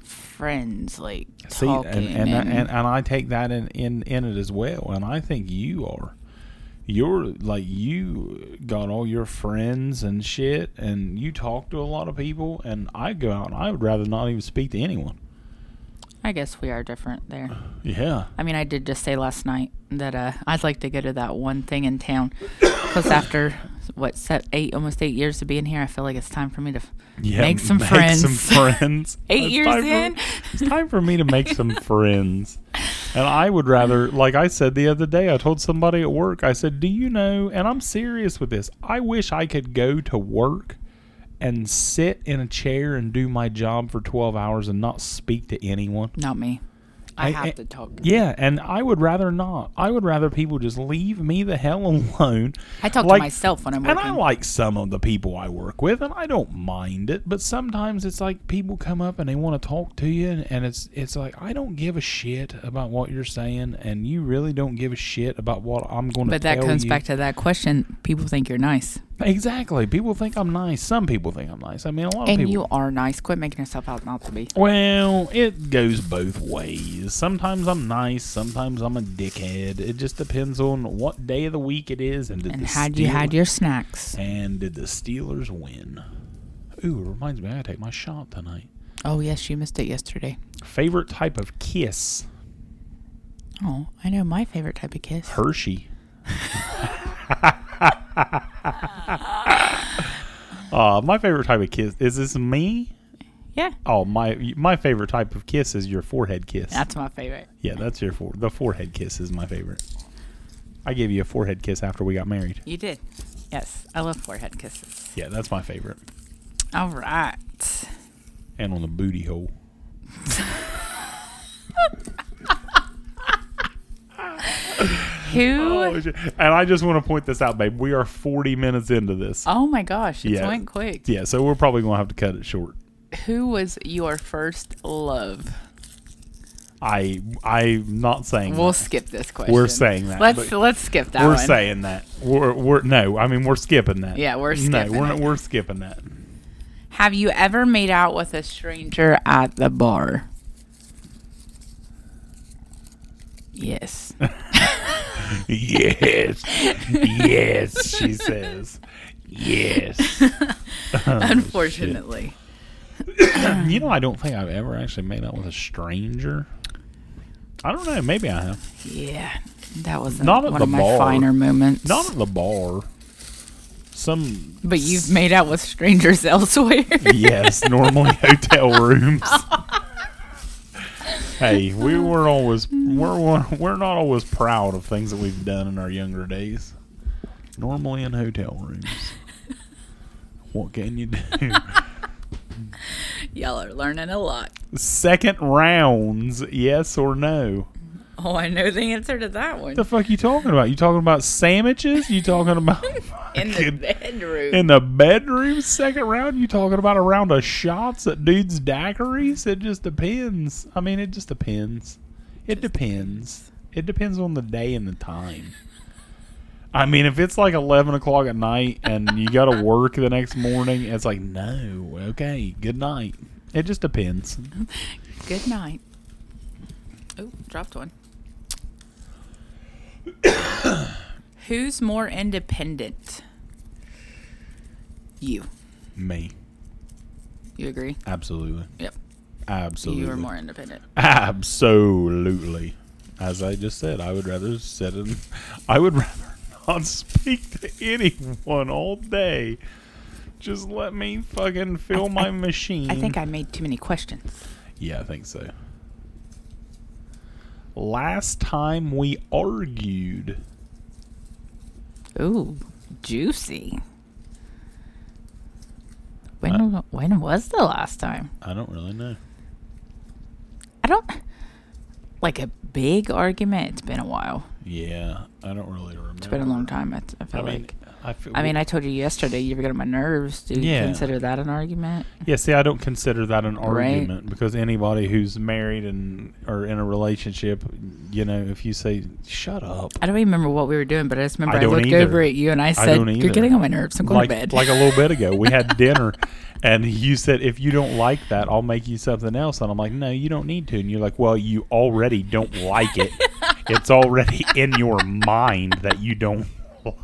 Speaker 2: friends, like
Speaker 1: see, and
Speaker 2: talking.
Speaker 1: and, and, uh, and I take that in, in in it as well. And I think you are. You're like you got all your friends and shit, and you talk to a lot of people. And I go out, and I would rather not even speak to anyone.
Speaker 2: I guess we are different there.
Speaker 1: Yeah.
Speaker 2: I mean, I did just say last night that uh, I'd like to go to that one thing in town because after what set eight, almost eight years of being here, I feel like it's time for me to f-
Speaker 1: Yeah,
Speaker 2: make some friends.
Speaker 1: Make some friends.
Speaker 2: Eight
Speaker 1: It's
Speaker 2: years
Speaker 1: time for-
Speaker 2: in?
Speaker 1: it's time for me to make some friends. And I would rather, like I said the other day, I told somebody at work, I said, Do you know, and I'm serious with this, I wish I could go to work and sit in a chair and do my job for 12 hours and not speak to anyone.
Speaker 2: Not me. I,
Speaker 1: I-
Speaker 2: have
Speaker 1: I-
Speaker 2: to talk.
Speaker 1: Yeah, and I would rather not. I would rather people just leave me the hell alone.
Speaker 2: I talk
Speaker 1: Like-
Speaker 2: to myself when I'm
Speaker 1: And
Speaker 2: working.
Speaker 1: I like some of the people I work with, and I don't mind it. But sometimes it's like people come up and they want to talk to you, and, and it's it's like I don't give a shit about what you're saying, and you really don't give a shit about what I'm going to.
Speaker 2: but that comes back to that question. People think you're nice,
Speaker 1: exactly. People think I'm nice. Some people think I'm nice. I mean, a lot of
Speaker 2: and
Speaker 1: people.
Speaker 2: you are nice. Quit making yourself out not to be.
Speaker 1: well, it goes both ways. Sometimes I'm nice. Sometimes I'm a dickhead. It just depends on what day of the week it is, and did
Speaker 2: And
Speaker 1: the
Speaker 2: had you
Speaker 1: Steelers-
Speaker 2: had your snacks?
Speaker 1: And did the Steelers win? Ooh, it reminds me I gotta take my shot tonight.
Speaker 2: Oh yes, you missed it yesterday.
Speaker 1: Favorite type of kiss?
Speaker 2: Oh, I know my favorite type of kiss.
Speaker 1: Hershey. uh, my favorite type of kiss is this me?
Speaker 2: Yeah,
Speaker 1: Oh, my my favorite type of kiss is your forehead kiss.
Speaker 2: that's my favorite.
Speaker 1: yeah, that's your for the forehead kiss is my favorite. I gave you a forehead kiss after we got married.
Speaker 2: You did. Yes, I love forehead kisses.
Speaker 1: Yeah, that's my favorite.
Speaker 2: All right.
Speaker 1: And on the booty hole.
Speaker 2: Who?
Speaker 1: Oh,
Speaker 2: Oh,
Speaker 1: shit. and I just want to point this out, babe. We are 40 minutes into this.
Speaker 2: oh my gosh, it
Speaker 1: Yeah.
Speaker 2: went quick.
Speaker 1: Yeah, so we're probably going to have to cut it short.
Speaker 2: Who was your first love?
Speaker 1: I I'm not saying
Speaker 2: We'll
Speaker 1: that.
Speaker 2: skip this question.
Speaker 1: saying that,
Speaker 2: Let's
Speaker 1: but-
Speaker 2: let's skip that
Speaker 1: we're
Speaker 2: one.
Speaker 1: saying that we're we're no. I mean we're skipping that.
Speaker 2: Yeah, we're
Speaker 1: no.
Speaker 2: skipping
Speaker 1: We're
Speaker 2: it.
Speaker 1: we're skipping that.
Speaker 2: Have you ever made out with a stranger at the bar? Yes.
Speaker 1: Oh, Yes, yes, she says. Yes.
Speaker 2: Unfortunately.
Speaker 1: you know, I don't think I've ever actually made out with a stranger. I don't know. Maybe I have.
Speaker 2: Yeah. That was
Speaker 1: Not at
Speaker 2: one
Speaker 1: the
Speaker 2: of my
Speaker 1: bar.
Speaker 2: finer moments.
Speaker 1: Not at the bar. Some
Speaker 2: but you've made out with strangers elsewhere.
Speaker 1: yes, normally hotel rooms. hey, we weren't always we're we're not always proud of things that we've done in our younger days. Normally in hotel rooms. What can you do?
Speaker 2: Y'all are learning a lot.
Speaker 1: Second rounds, yes or no?
Speaker 2: Oh, I know the answer to that one.
Speaker 1: The fuck you talking about? You talking about sandwiches? You talking about
Speaker 2: In the
Speaker 1: fucking-
Speaker 2: bedroom.
Speaker 1: in the bedroom second round? You talking about a round of shots at dudes' daiquiris? It just depends. I mean, it just depends. It depends. It depends on the day and the time. I mean, if it's like eleven o'clock at night and you got to work the next morning, it's like no, okay, good night. It just depends.
Speaker 2: Good night. Oh, dropped one. Who's more independent? You.
Speaker 1: Me,
Speaker 2: You agree?
Speaker 1: absolutely,
Speaker 2: Yep.
Speaker 1: absolutely.
Speaker 2: You are more independent.
Speaker 1: Absolutely. As I just said, I would rather sit and I would rather not speak to anyone all day. Just let me fucking fill my machine.
Speaker 2: I think I made too many questions.
Speaker 1: Yeah, I think so. Last time we argued.
Speaker 2: Ooh, juicy. When when was the last time?
Speaker 1: I don't really know.
Speaker 2: I don't like a big argument. It's been a while.
Speaker 1: Yeah, I don't really remember.
Speaker 2: It's been a long time. I, I
Speaker 1: I
Speaker 2: feel
Speaker 1: mean,
Speaker 2: like.
Speaker 1: I, feel,
Speaker 2: I mean, I told you yesterday you were getting on my nerves. Do you
Speaker 1: Yeah.
Speaker 2: consider that an argument?
Speaker 1: Yeah, see, I don't consider that an
Speaker 2: Right.
Speaker 1: argument because anybody who's married and or in a relationship, you know, if you say "shut up,"
Speaker 2: I don't even remember what we were doing, but I just remember
Speaker 1: I
Speaker 2: I,
Speaker 1: don't
Speaker 2: looked
Speaker 1: either.
Speaker 2: over at you and I said,
Speaker 1: don't either.
Speaker 2: "You're getting on my nerves. I'm going
Speaker 1: like
Speaker 2: to bed."
Speaker 1: like a little bit ago, we had dinner, and you said, "If you don't like that, I'll make you something else," and I'm like, "No, you don't need to," and you're like, "Well, you already don't like it. it's already in your mind that you don't."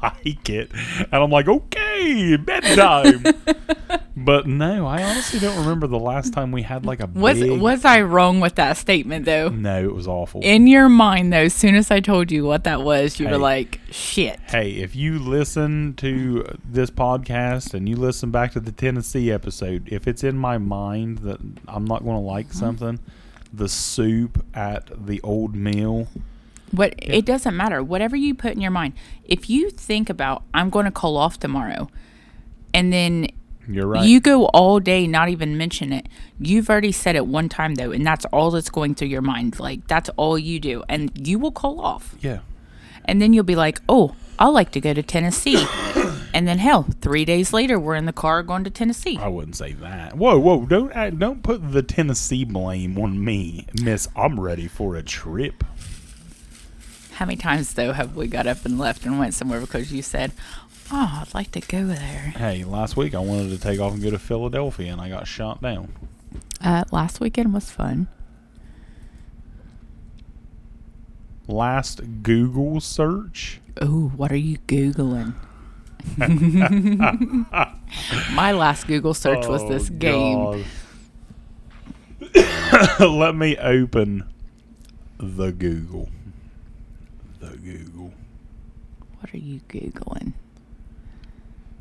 Speaker 1: Like it, and I'm like, okay, bedtime. but no, I honestly don't remember the last time we had like a
Speaker 2: was
Speaker 1: big. Mm.
Speaker 2: was I wrong with that statement though?
Speaker 1: No, it was awful.
Speaker 2: In your mind though, as soon as I told you what that was, you
Speaker 1: Hey.
Speaker 2: were like, "Shit."
Speaker 1: Hey, if you listen to this podcast and you listen back to the Tennessee episode, if it's in my mind that I'm not going to
Speaker 2: Uh-huh.
Speaker 1: like something, the soup at the old meal,
Speaker 2: What it doesn't matter. Whatever you put in your mind, if you think about, "I'm going to call off tomorrow," and then
Speaker 1: you're right.
Speaker 2: you go all day not even mention it, you've already said it one time though, and that's all that's going through your mind. Like that's all you do, and you will call off.
Speaker 1: yeah.
Speaker 2: And then you'll be like, oh, I like to go to Tennessee. and then, hell, three days later, we're in the car going to Tennessee.
Speaker 1: I wouldn't say that. Whoa, whoa! Don't act- don't put the Tennessee blame on me, Miss. I'm ready for a trip.
Speaker 2: How many times, though, have we got up and left and went somewhere because you said, oh, I'd like to go there?
Speaker 1: Hey, last week I wanted to take off and go to Philadelphia, and I got shot down.
Speaker 2: Uh, last weekend was fun.
Speaker 1: Last Google search.
Speaker 2: Oh, what are you Googling? My last Google search was
Speaker 1: Oh,
Speaker 2: this game.
Speaker 1: God. Let me open the Google. The Google.
Speaker 2: What are you Googling?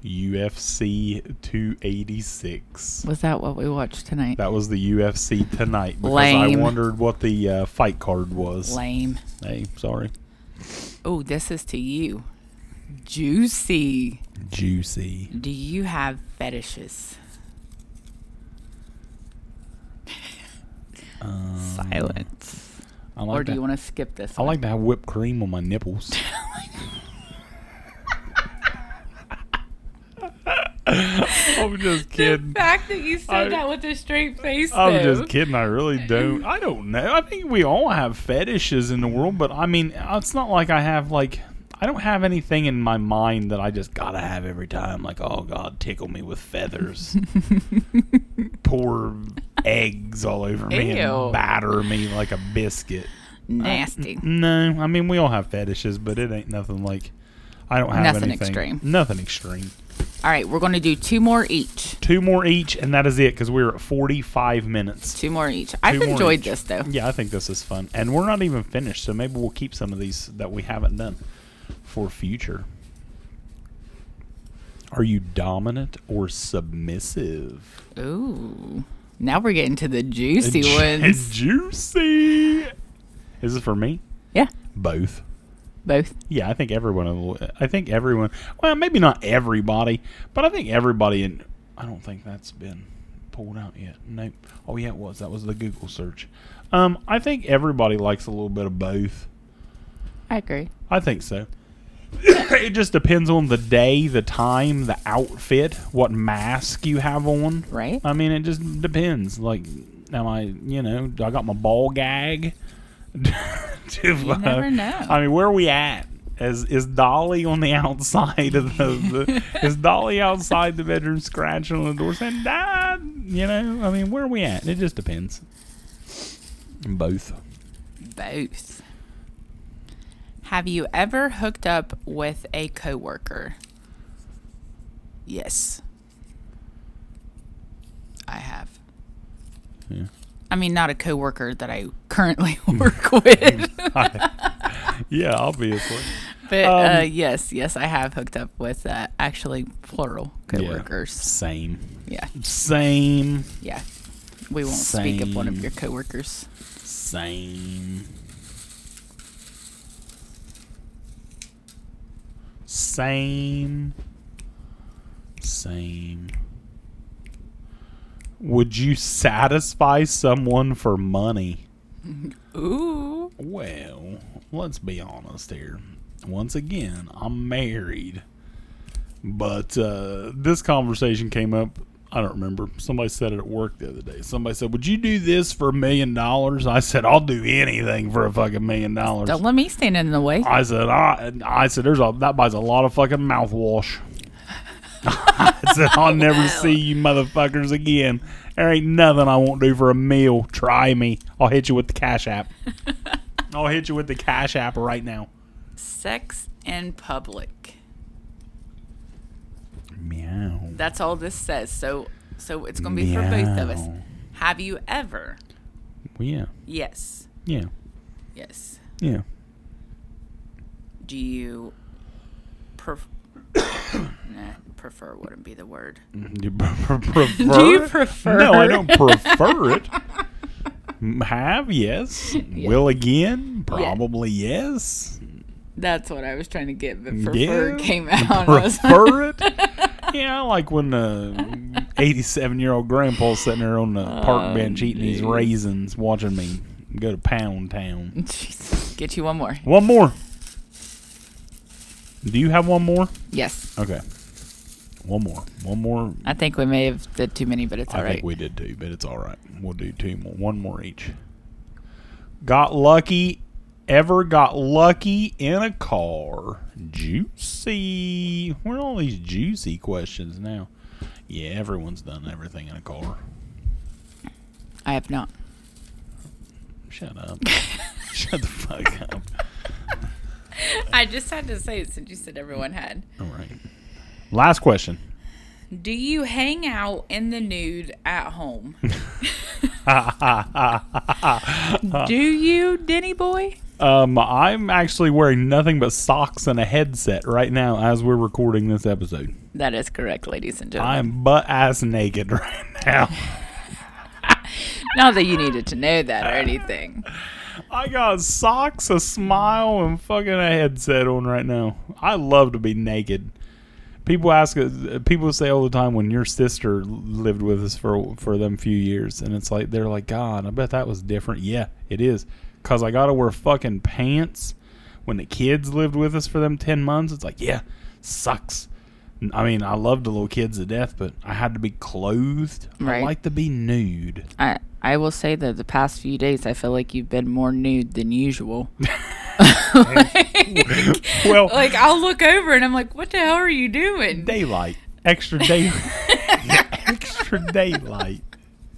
Speaker 1: UFC 286.
Speaker 2: Was that what we watched tonight?
Speaker 1: That was the UFC tonight because I
Speaker 2: Lame.
Speaker 1: wondered what the uh, fight card was.
Speaker 2: Lame.
Speaker 1: Hey, sorry.
Speaker 2: Oh, this is to you. Juicy.
Speaker 1: Juicy.
Speaker 2: Do you have fetishes? Silence.
Speaker 1: Um, I like,
Speaker 2: Or do
Speaker 1: to,
Speaker 2: you want to skip this?
Speaker 1: I like to have whipped cream on my nipples. I'm just kidding.
Speaker 2: fact that you said
Speaker 1: I- that
Speaker 2: with a straight face.
Speaker 1: I'm just kidding. I really don't. I don't know. I think we all have fetishes in the world, but I mean, uh, it's not like I have like I don't have anything in my mind that I just gotta have every time. Like, oh God, tickle me with feathers, pour eggs all over me,
Speaker 2: Ew.
Speaker 1: and batter me like a biscuit.
Speaker 2: Nasty.
Speaker 1: No, I mean we all have fetishes, but it ain't nothing like I don't have
Speaker 2: Nothing
Speaker 1: anything.
Speaker 2: extreme.
Speaker 1: Nothing extreme.
Speaker 2: All right, we're going to do two more each.
Speaker 1: Two more each, and that is it because we're at 45 minutes.
Speaker 2: Two more each. I've
Speaker 1: more
Speaker 2: enjoyed
Speaker 1: each.
Speaker 2: this though.
Speaker 1: Yeah, I think this is fun. And we're not even finished, so maybe we'll keep some of these that we haven't done for future. Are you dominant or submissive?
Speaker 2: Ooh. Now we're getting to the juicy
Speaker 1: Ju-
Speaker 2: ones.
Speaker 1: Juicy. Is this for me?
Speaker 2: Yeah,
Speaker 1: Both.
Speaker 2: both.
Speaker 1: Yeah, I think everyone. on the- I think everyone. Well, maybe not everybody, but I think everybody. In I don't think that's been pulled out yet. Nope. Oh yeah, it was. That was the Google search. Um, I think everybody likes a little bit of both.
Speaker 2: I agree.
Speaker 1: I think so. it just depends on the day, the time, the outfit, what mask you have on.
Speaker 2: Right?
Speaker 1: I mean, it just depends. Like, am I, you know, do I got my ball gag? you
Speaker 2: never know.
Speaker 1: I mean, where are we at? Is is Dolly on the outside of the, the is Dolly outside the bedroom scratching on the door saying Dad? You know, I mean, where are we at? It just depends. Both.
Speaker 2: Both. Have you ever hooked up with a coworker? Yes. I have.
Speaker 1: Yeah.
Speaker 2: I mean, not a coworker that I currently work with,
Speaker 1: Yeah, obviously.
Speaker 2: but uh,
Speaker 1: Um,
Speaker 2: yes, yes, I have hooked up with uh, actually plural coworkers.
Speaker 1: Same.
Speaker 2: Yeah,
Speaker 1: Same.
Speaker 2: yeah. We won't speak of one of
Speaker 1: Same.
Speaker 2: your coworkers.
Speaker 1: Same. Same. Same. Would you satisfy someone for money?
Speaker 2: Ooh,
Speaker 1: Well, let's be honest here. Once again, I'm married. But uh, this conversation came up. I don't remember. Somebody said it at work the other day. Somebody said, Would you do this for a million dollars? I said, I'll do anything for a fucking million dollars.
Speaker 2: don't let me stand in the way.
Speaker 1: I said, I, I said, there's a that buys a lot of fucking mouthwash. I said, I'll never see you motherfuckers again. There ain't nothing I won't do for a meal. Try me. I'll hit you with the cash app. I'll hit you with the cash app right now.
Speaker 2: Sex in public.
Speaker 1: Meow.
Speaker 2: That's all this says. So, so it's going to be for both of us.
Speaker 1: Meow.
Speaker 2: Have you ever?
Speaker 1: Well, yeah,
Speaker 2: Yes,
Speaker 1: yeah,
Speaker 2: yes.
Speaker 1: yeah.
Speaker 2: Do you pref- nah, prefer? Wouldn't be the word.
Speaker 1: Do you pre- pre- prefer?
Speaker 2: Do you
Speaker 1: it?
Speaker 2: prefer
Speaker 1: No, I
Speaker 2: it?
Speaker 1: don't prefer it. M- Have yes. Will again? Probably yes.
Speaker 2: That's what I was trying to get, but
Speaker 1: Yeah.
Speaker 2: prefer came out. I was like,
Speaker 1: prefer it. Yeah, I like when the eighty-seven-year-old grandpa's sitting there on the park bench eating these raisins, watching me go to Pound Town.
Speaker 2: Jeez. Get you one more.
Speaker 1: One more. Do you have one more?
Speaker 2: Yes,
Speaker 1: Okay. One more. One more.
Speaker 2: I think we may have did too many, but it's
Speaker 1: I
Speaker 2: all right.
Speaker 1: think we did two, but it's all right. We'll do two more. One more each. Got lucky. Ever got lucky in a car? Juicy. Where are all these juicy questions now? Yeah, everyone's done everything in a car.
Speaker 2: I have not.
Speaker 1: Shut up. Shut the fuck up.
Speaker 2: I just had to say it since you said everyone had.
Speaker 1: All right. Last question.
Speaker 2: Do you hang out in the nude at home? Do you, Denny boy?
Speaker 1: Um, I'm actually wearing nothing but socks and a headset right now as we're recording this episode.
Speaker 2: That is correct, ladies and gentlemen.
Speaker 1: I'm butt ass naked right now.
Speaker 2: Not that you needed to know that or anything.
Speaker 1: I got socks, a smile, and fucking a headset on right now. I love to be naked. People ask, uh, people say all the time when your sister lived with us for for them few years, and it's like they're like, God, I bet that was different. Yeah, it is, cause I gotta wear fucking pants. When the kids lived with us for them ten months, it's like, yeah, sucks. I mean, I loved the little kids to death, but I had to be clothed. I
Speaker 2: Right.
Speaker 1: like to be nude.
Speaker 2: I I will say that the past few days I feel like you've been more nude than usual.
Speaker 1: Well,
Speaker 2: Like I'll look over and I'm like, what the hell are you doing?
Speaker 1: daylight, extra day, extra daylight.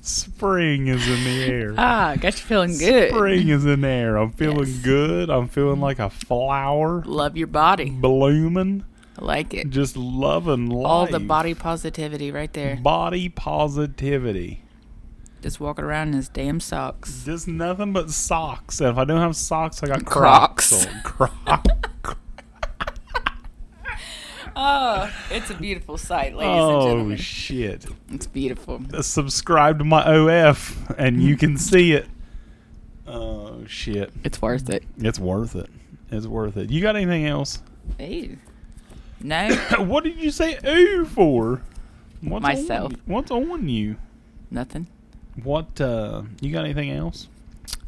Speaker 1: Spring is in the air.
Speaker 2: Ah, got you feeling good.
Speaker 1: Spring is in the air. I'm feeling
Speaker 2: Yes.
Speaker 1: good. I'm feeling like a flower
Speaker 2: Love your body.
Speaker 1: blooming.
Speaker 2: I like it.
Speaker 1: Just love and life.
Speaker 2: All the body positivity right there.
Speaker 1: body positivity.
Speaker 2: Just walking around in his damn socks.
Speaker 1: Just nothing but socks. And if I don't have socks, I got
Speaker 2: Crocs.
Speaker 1: Crocs. on. Croc.
Speaker 2: Oh, it's a beautiful sight, ladies and
Speaker 1: oh
Speaker 2: gentlemen.
Speaker 1: shit!
Speaker 2: it's beautiful.
Speaker 1: Subscribe to my OF, and you can see it. Oh shit!
Speaker 2: It's worth it.
Speaker 1: It's worth it. It's worth it. You got anything else?
Speaker 2: Ew. No,
Speaker 1: What did you say ooh for? What's
Speaker 2: Myself.
Speaker 1: On, what's on you?
Speaker 2: nothing.
Speaker 1: What uh you got anything else?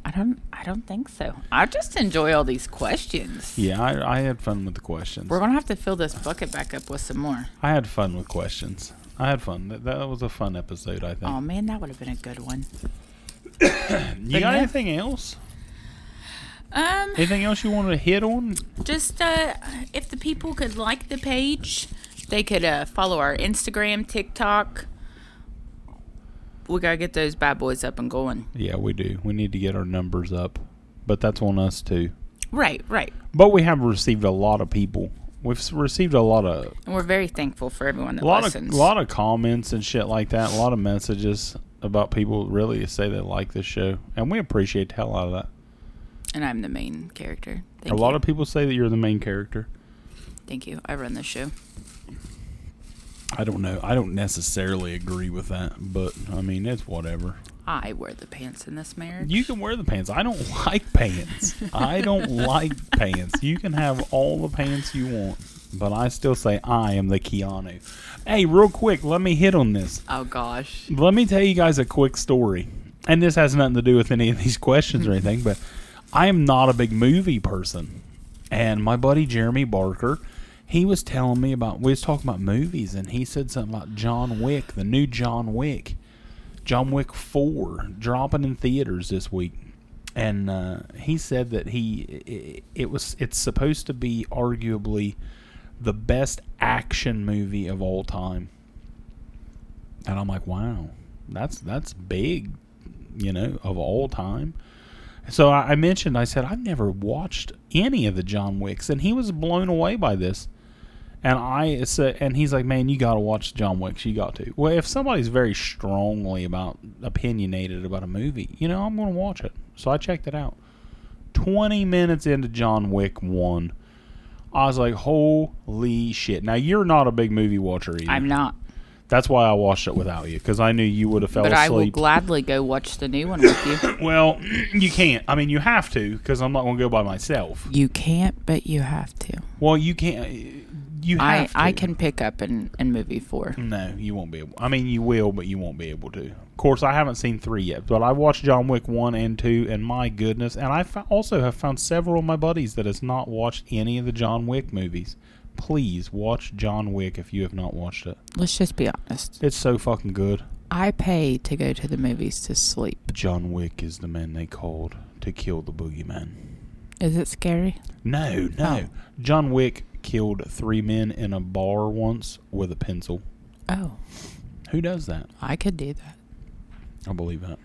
Speaker 2: I don't. I don't think so. I just enjoy all these questions.
Speaker 1: Yeah, I, I had fun with the questions.
Speaker 2: We're gonna have to fill this bucket back up with some more.
Speaker 1: I had fun with questions. I had fun. That, that was a fun episode, I think.
Speaker 2: Oh man, that would have been a good one.
Speaker 1: you got
Speaker 2: yeah.
Speaker 1: anything else?
Speaker 2: Um,
Speaker 1: Anything else you want to hit on?
Speaker 2: just uh, if the people could like the page, they could uh, follow our Instagram, TikTok. We gotta get those bad boys up and going.
Speaker 1: Yeah, we do. We need to get our numbers up, but that's on us too.
Speaker 2: Right, right.
Speaker 1: But we have received a lot of people. We've s- received a lot of
Speaker 2: And we're very thankful for everyone that
Speaker 1: a lot
Speaker 2: listens.
Speaker 1: of lot of comments and shit like that. A lot of messages about people really say they like this show, and we appreciate the hell out of that.
Speaker 2: and I'm the main character. Thank
Speaker 1: a
Speaker 2: you.
Speaker 1: lot of people say that you're the main character.
Speaker 2: Thank you. I run this show.
Speaker 1: I don't know. I don't necessarily agree with that, but I mean it's whatever.
Speaker 2: I wear the pants in this marriage.
Speaker 1: You can wear the pants. I don't like pants. I don't like pants. You can have all the pants you want, but I still say I am the Keanu. Hey, real quick, let me hit on this.
Speaker 2: oh gosh.
Speaker 1: Let me tell you guys a quick story. And this has nothing to do with any of these questions or anything, but I am not a big movie person. And my buddy Jeremy Barker, he was telling me about we was talking about movies and he said something about John Wick, the new John Wick. John Wick 4 dropping in theaters this week. And uh, he said that he it, it was it's supposed to be arguably the best action movie of all time. And I'm like, wow, that's that's big, you know, of all time. So I, I mentioned, I said, I've never watched any of the John Wicks, and he was blown away by this. And I said, and he's like, man, you got to watch John Wicks. You got to. Well, if somebody's very strongly about opinionated about a movie, you know, I'm going to watch it. So I checked it out. 20 minutes into John Wick 1, I was like, holy shit. Now, you're not a big movie watcher either.
Speaker 2: I'm not.
Speaker 1: That's why I watched it without you because I knew you would have fell
Speaker 2: But I will
Speaker 1: asleep.
Speaker 2: gladly go watch the new one with you.
Speaker 1: well, you can't. I mean, you have to because I'm not going to go by myself.
Speaker 2: You can't, but you have to.
Speaker 1: Well, you can't. uh, You
Speaker 2: I
Speaker 1: have to.
Speaker 2: I can pick up in in movie four.
Speaker 1: No, you won't be able. I mean, you will, but you won't be able to. Of course, I haven't seen three yet, but I watched John Wick one and two, and my goodness! And I fo- also have found several of my buddies that has not watched any of the John Wick movies. Please watch John Wick if you have not watched it.
Speaker 2: Let's just be honest.
Speaker 1: It's so fucking good.
Speaker 2: I pay to go to the movies to sleep.
Speaker 1: John Wick is the man they called to kill the boogeyman.
Speaker 2: Is it scary?
Speaker 1: No, no. John Wick killed three men in a bar once with a pencil.
Speaker 2: Oh,
Speaker 1: Who does that?
Speaker 2: I could do that.
Speaker 1: I believe that.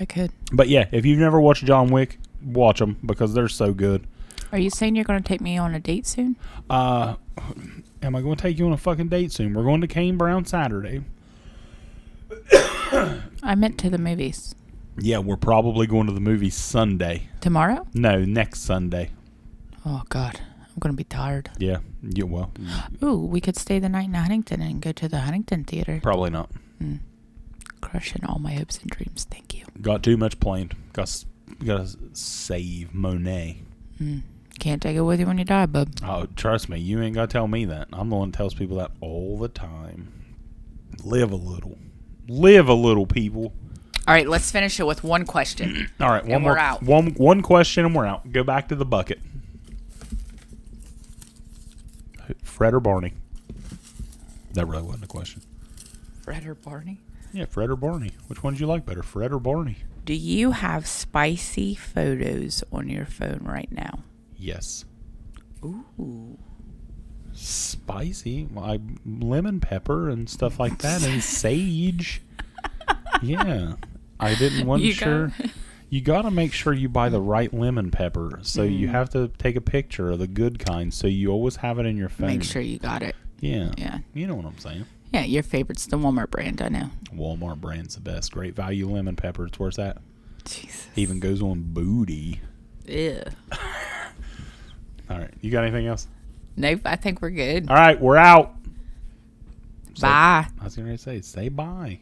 Speaker 2: I could.
Speaker 1: But yeah, if you've never watched John Wick, watch them because they're so good.
Speaker 2: Are you saying you're going to take me on a date soon?
Speaker 1: Uh, am I going to take you on a fucking date soon? We're going to Kane Brown Saturday.
Speaker 2: I meant to the movies
Speaker 1: Yeah, we're probably going to the movie Sunday.
Speaker 2: tomorrow.
Speaker 1: No, next Sunday.
Speaker 2: Oh God, I'm going to be tired.
Speaker 1: Yeah, yeah. Well,
Speaker 2: Ooh, we could stay the night in Huntington and go to the Huntington Theater.
Speaker 1: probably not.
Speaker 2: Crushing all my hopes and dreams. Thank you.
Speaker 1: Got too much planned. Got s- got to save Monet.
Speaker 2: Can't take it with you when you die, bub.
Speaker 1: Oh, trust me, you ain't gotta tell me that. I'm the one that tells people that all the time. Live a little. Live a little, people.
Speaker 2: All right, let's finish it with one question.
Speaker 1: All right, one
Speaker 2: And we're
Speaker 1: more
Speaker 2: out.
Speaker 1: one one question and we're out. Go back to the bucket. Fred or Barney? That really wasn't a question.
Speaker 2: Fred or Barney?
Speaker 1: Yeah, Fred or Barney. Which one do you like better, Fred or Barney?
Speaker 2: Do you have spicy photos on your phone right now?
Speaker 1: Yes.
Speaker 2: Ooh.
Speaker 1: Spicy, I, lemon pepper and stuff like that, and sage. Yeah, I didn't want
Speaker 2: You
Speaker 1: sure.
Speaker 2: got-
Speaker 1: You got to make sure you buy the right lemon pepper. So you
Speaker 2: Mm.
Speaker 1: have to take a picture of the good kind. So you always have it in your phone.
Speaker 2: Make sure you got it.
Speaker 1: Yeah.
Speaker 2: Yeah.
Speaker 1: You know what I'm saying.
Speaker 2: Yeah, your favorite's the Walmart brand, I know.
Speaker 1: Walmart brand's the best. Great value lemon pepper. It's worth that.
Speaker 2: Jesus.
Speaker 1: Even goes on booty.
Speaker 2: Ew.
Speaker 1: All right. You got anything else?
Speaker 2: Nope, I think we're good.
Speaker 1: All right. We're out. Say-
Speaker 2: Bye.
Speaker 1: I was going to say, say bye.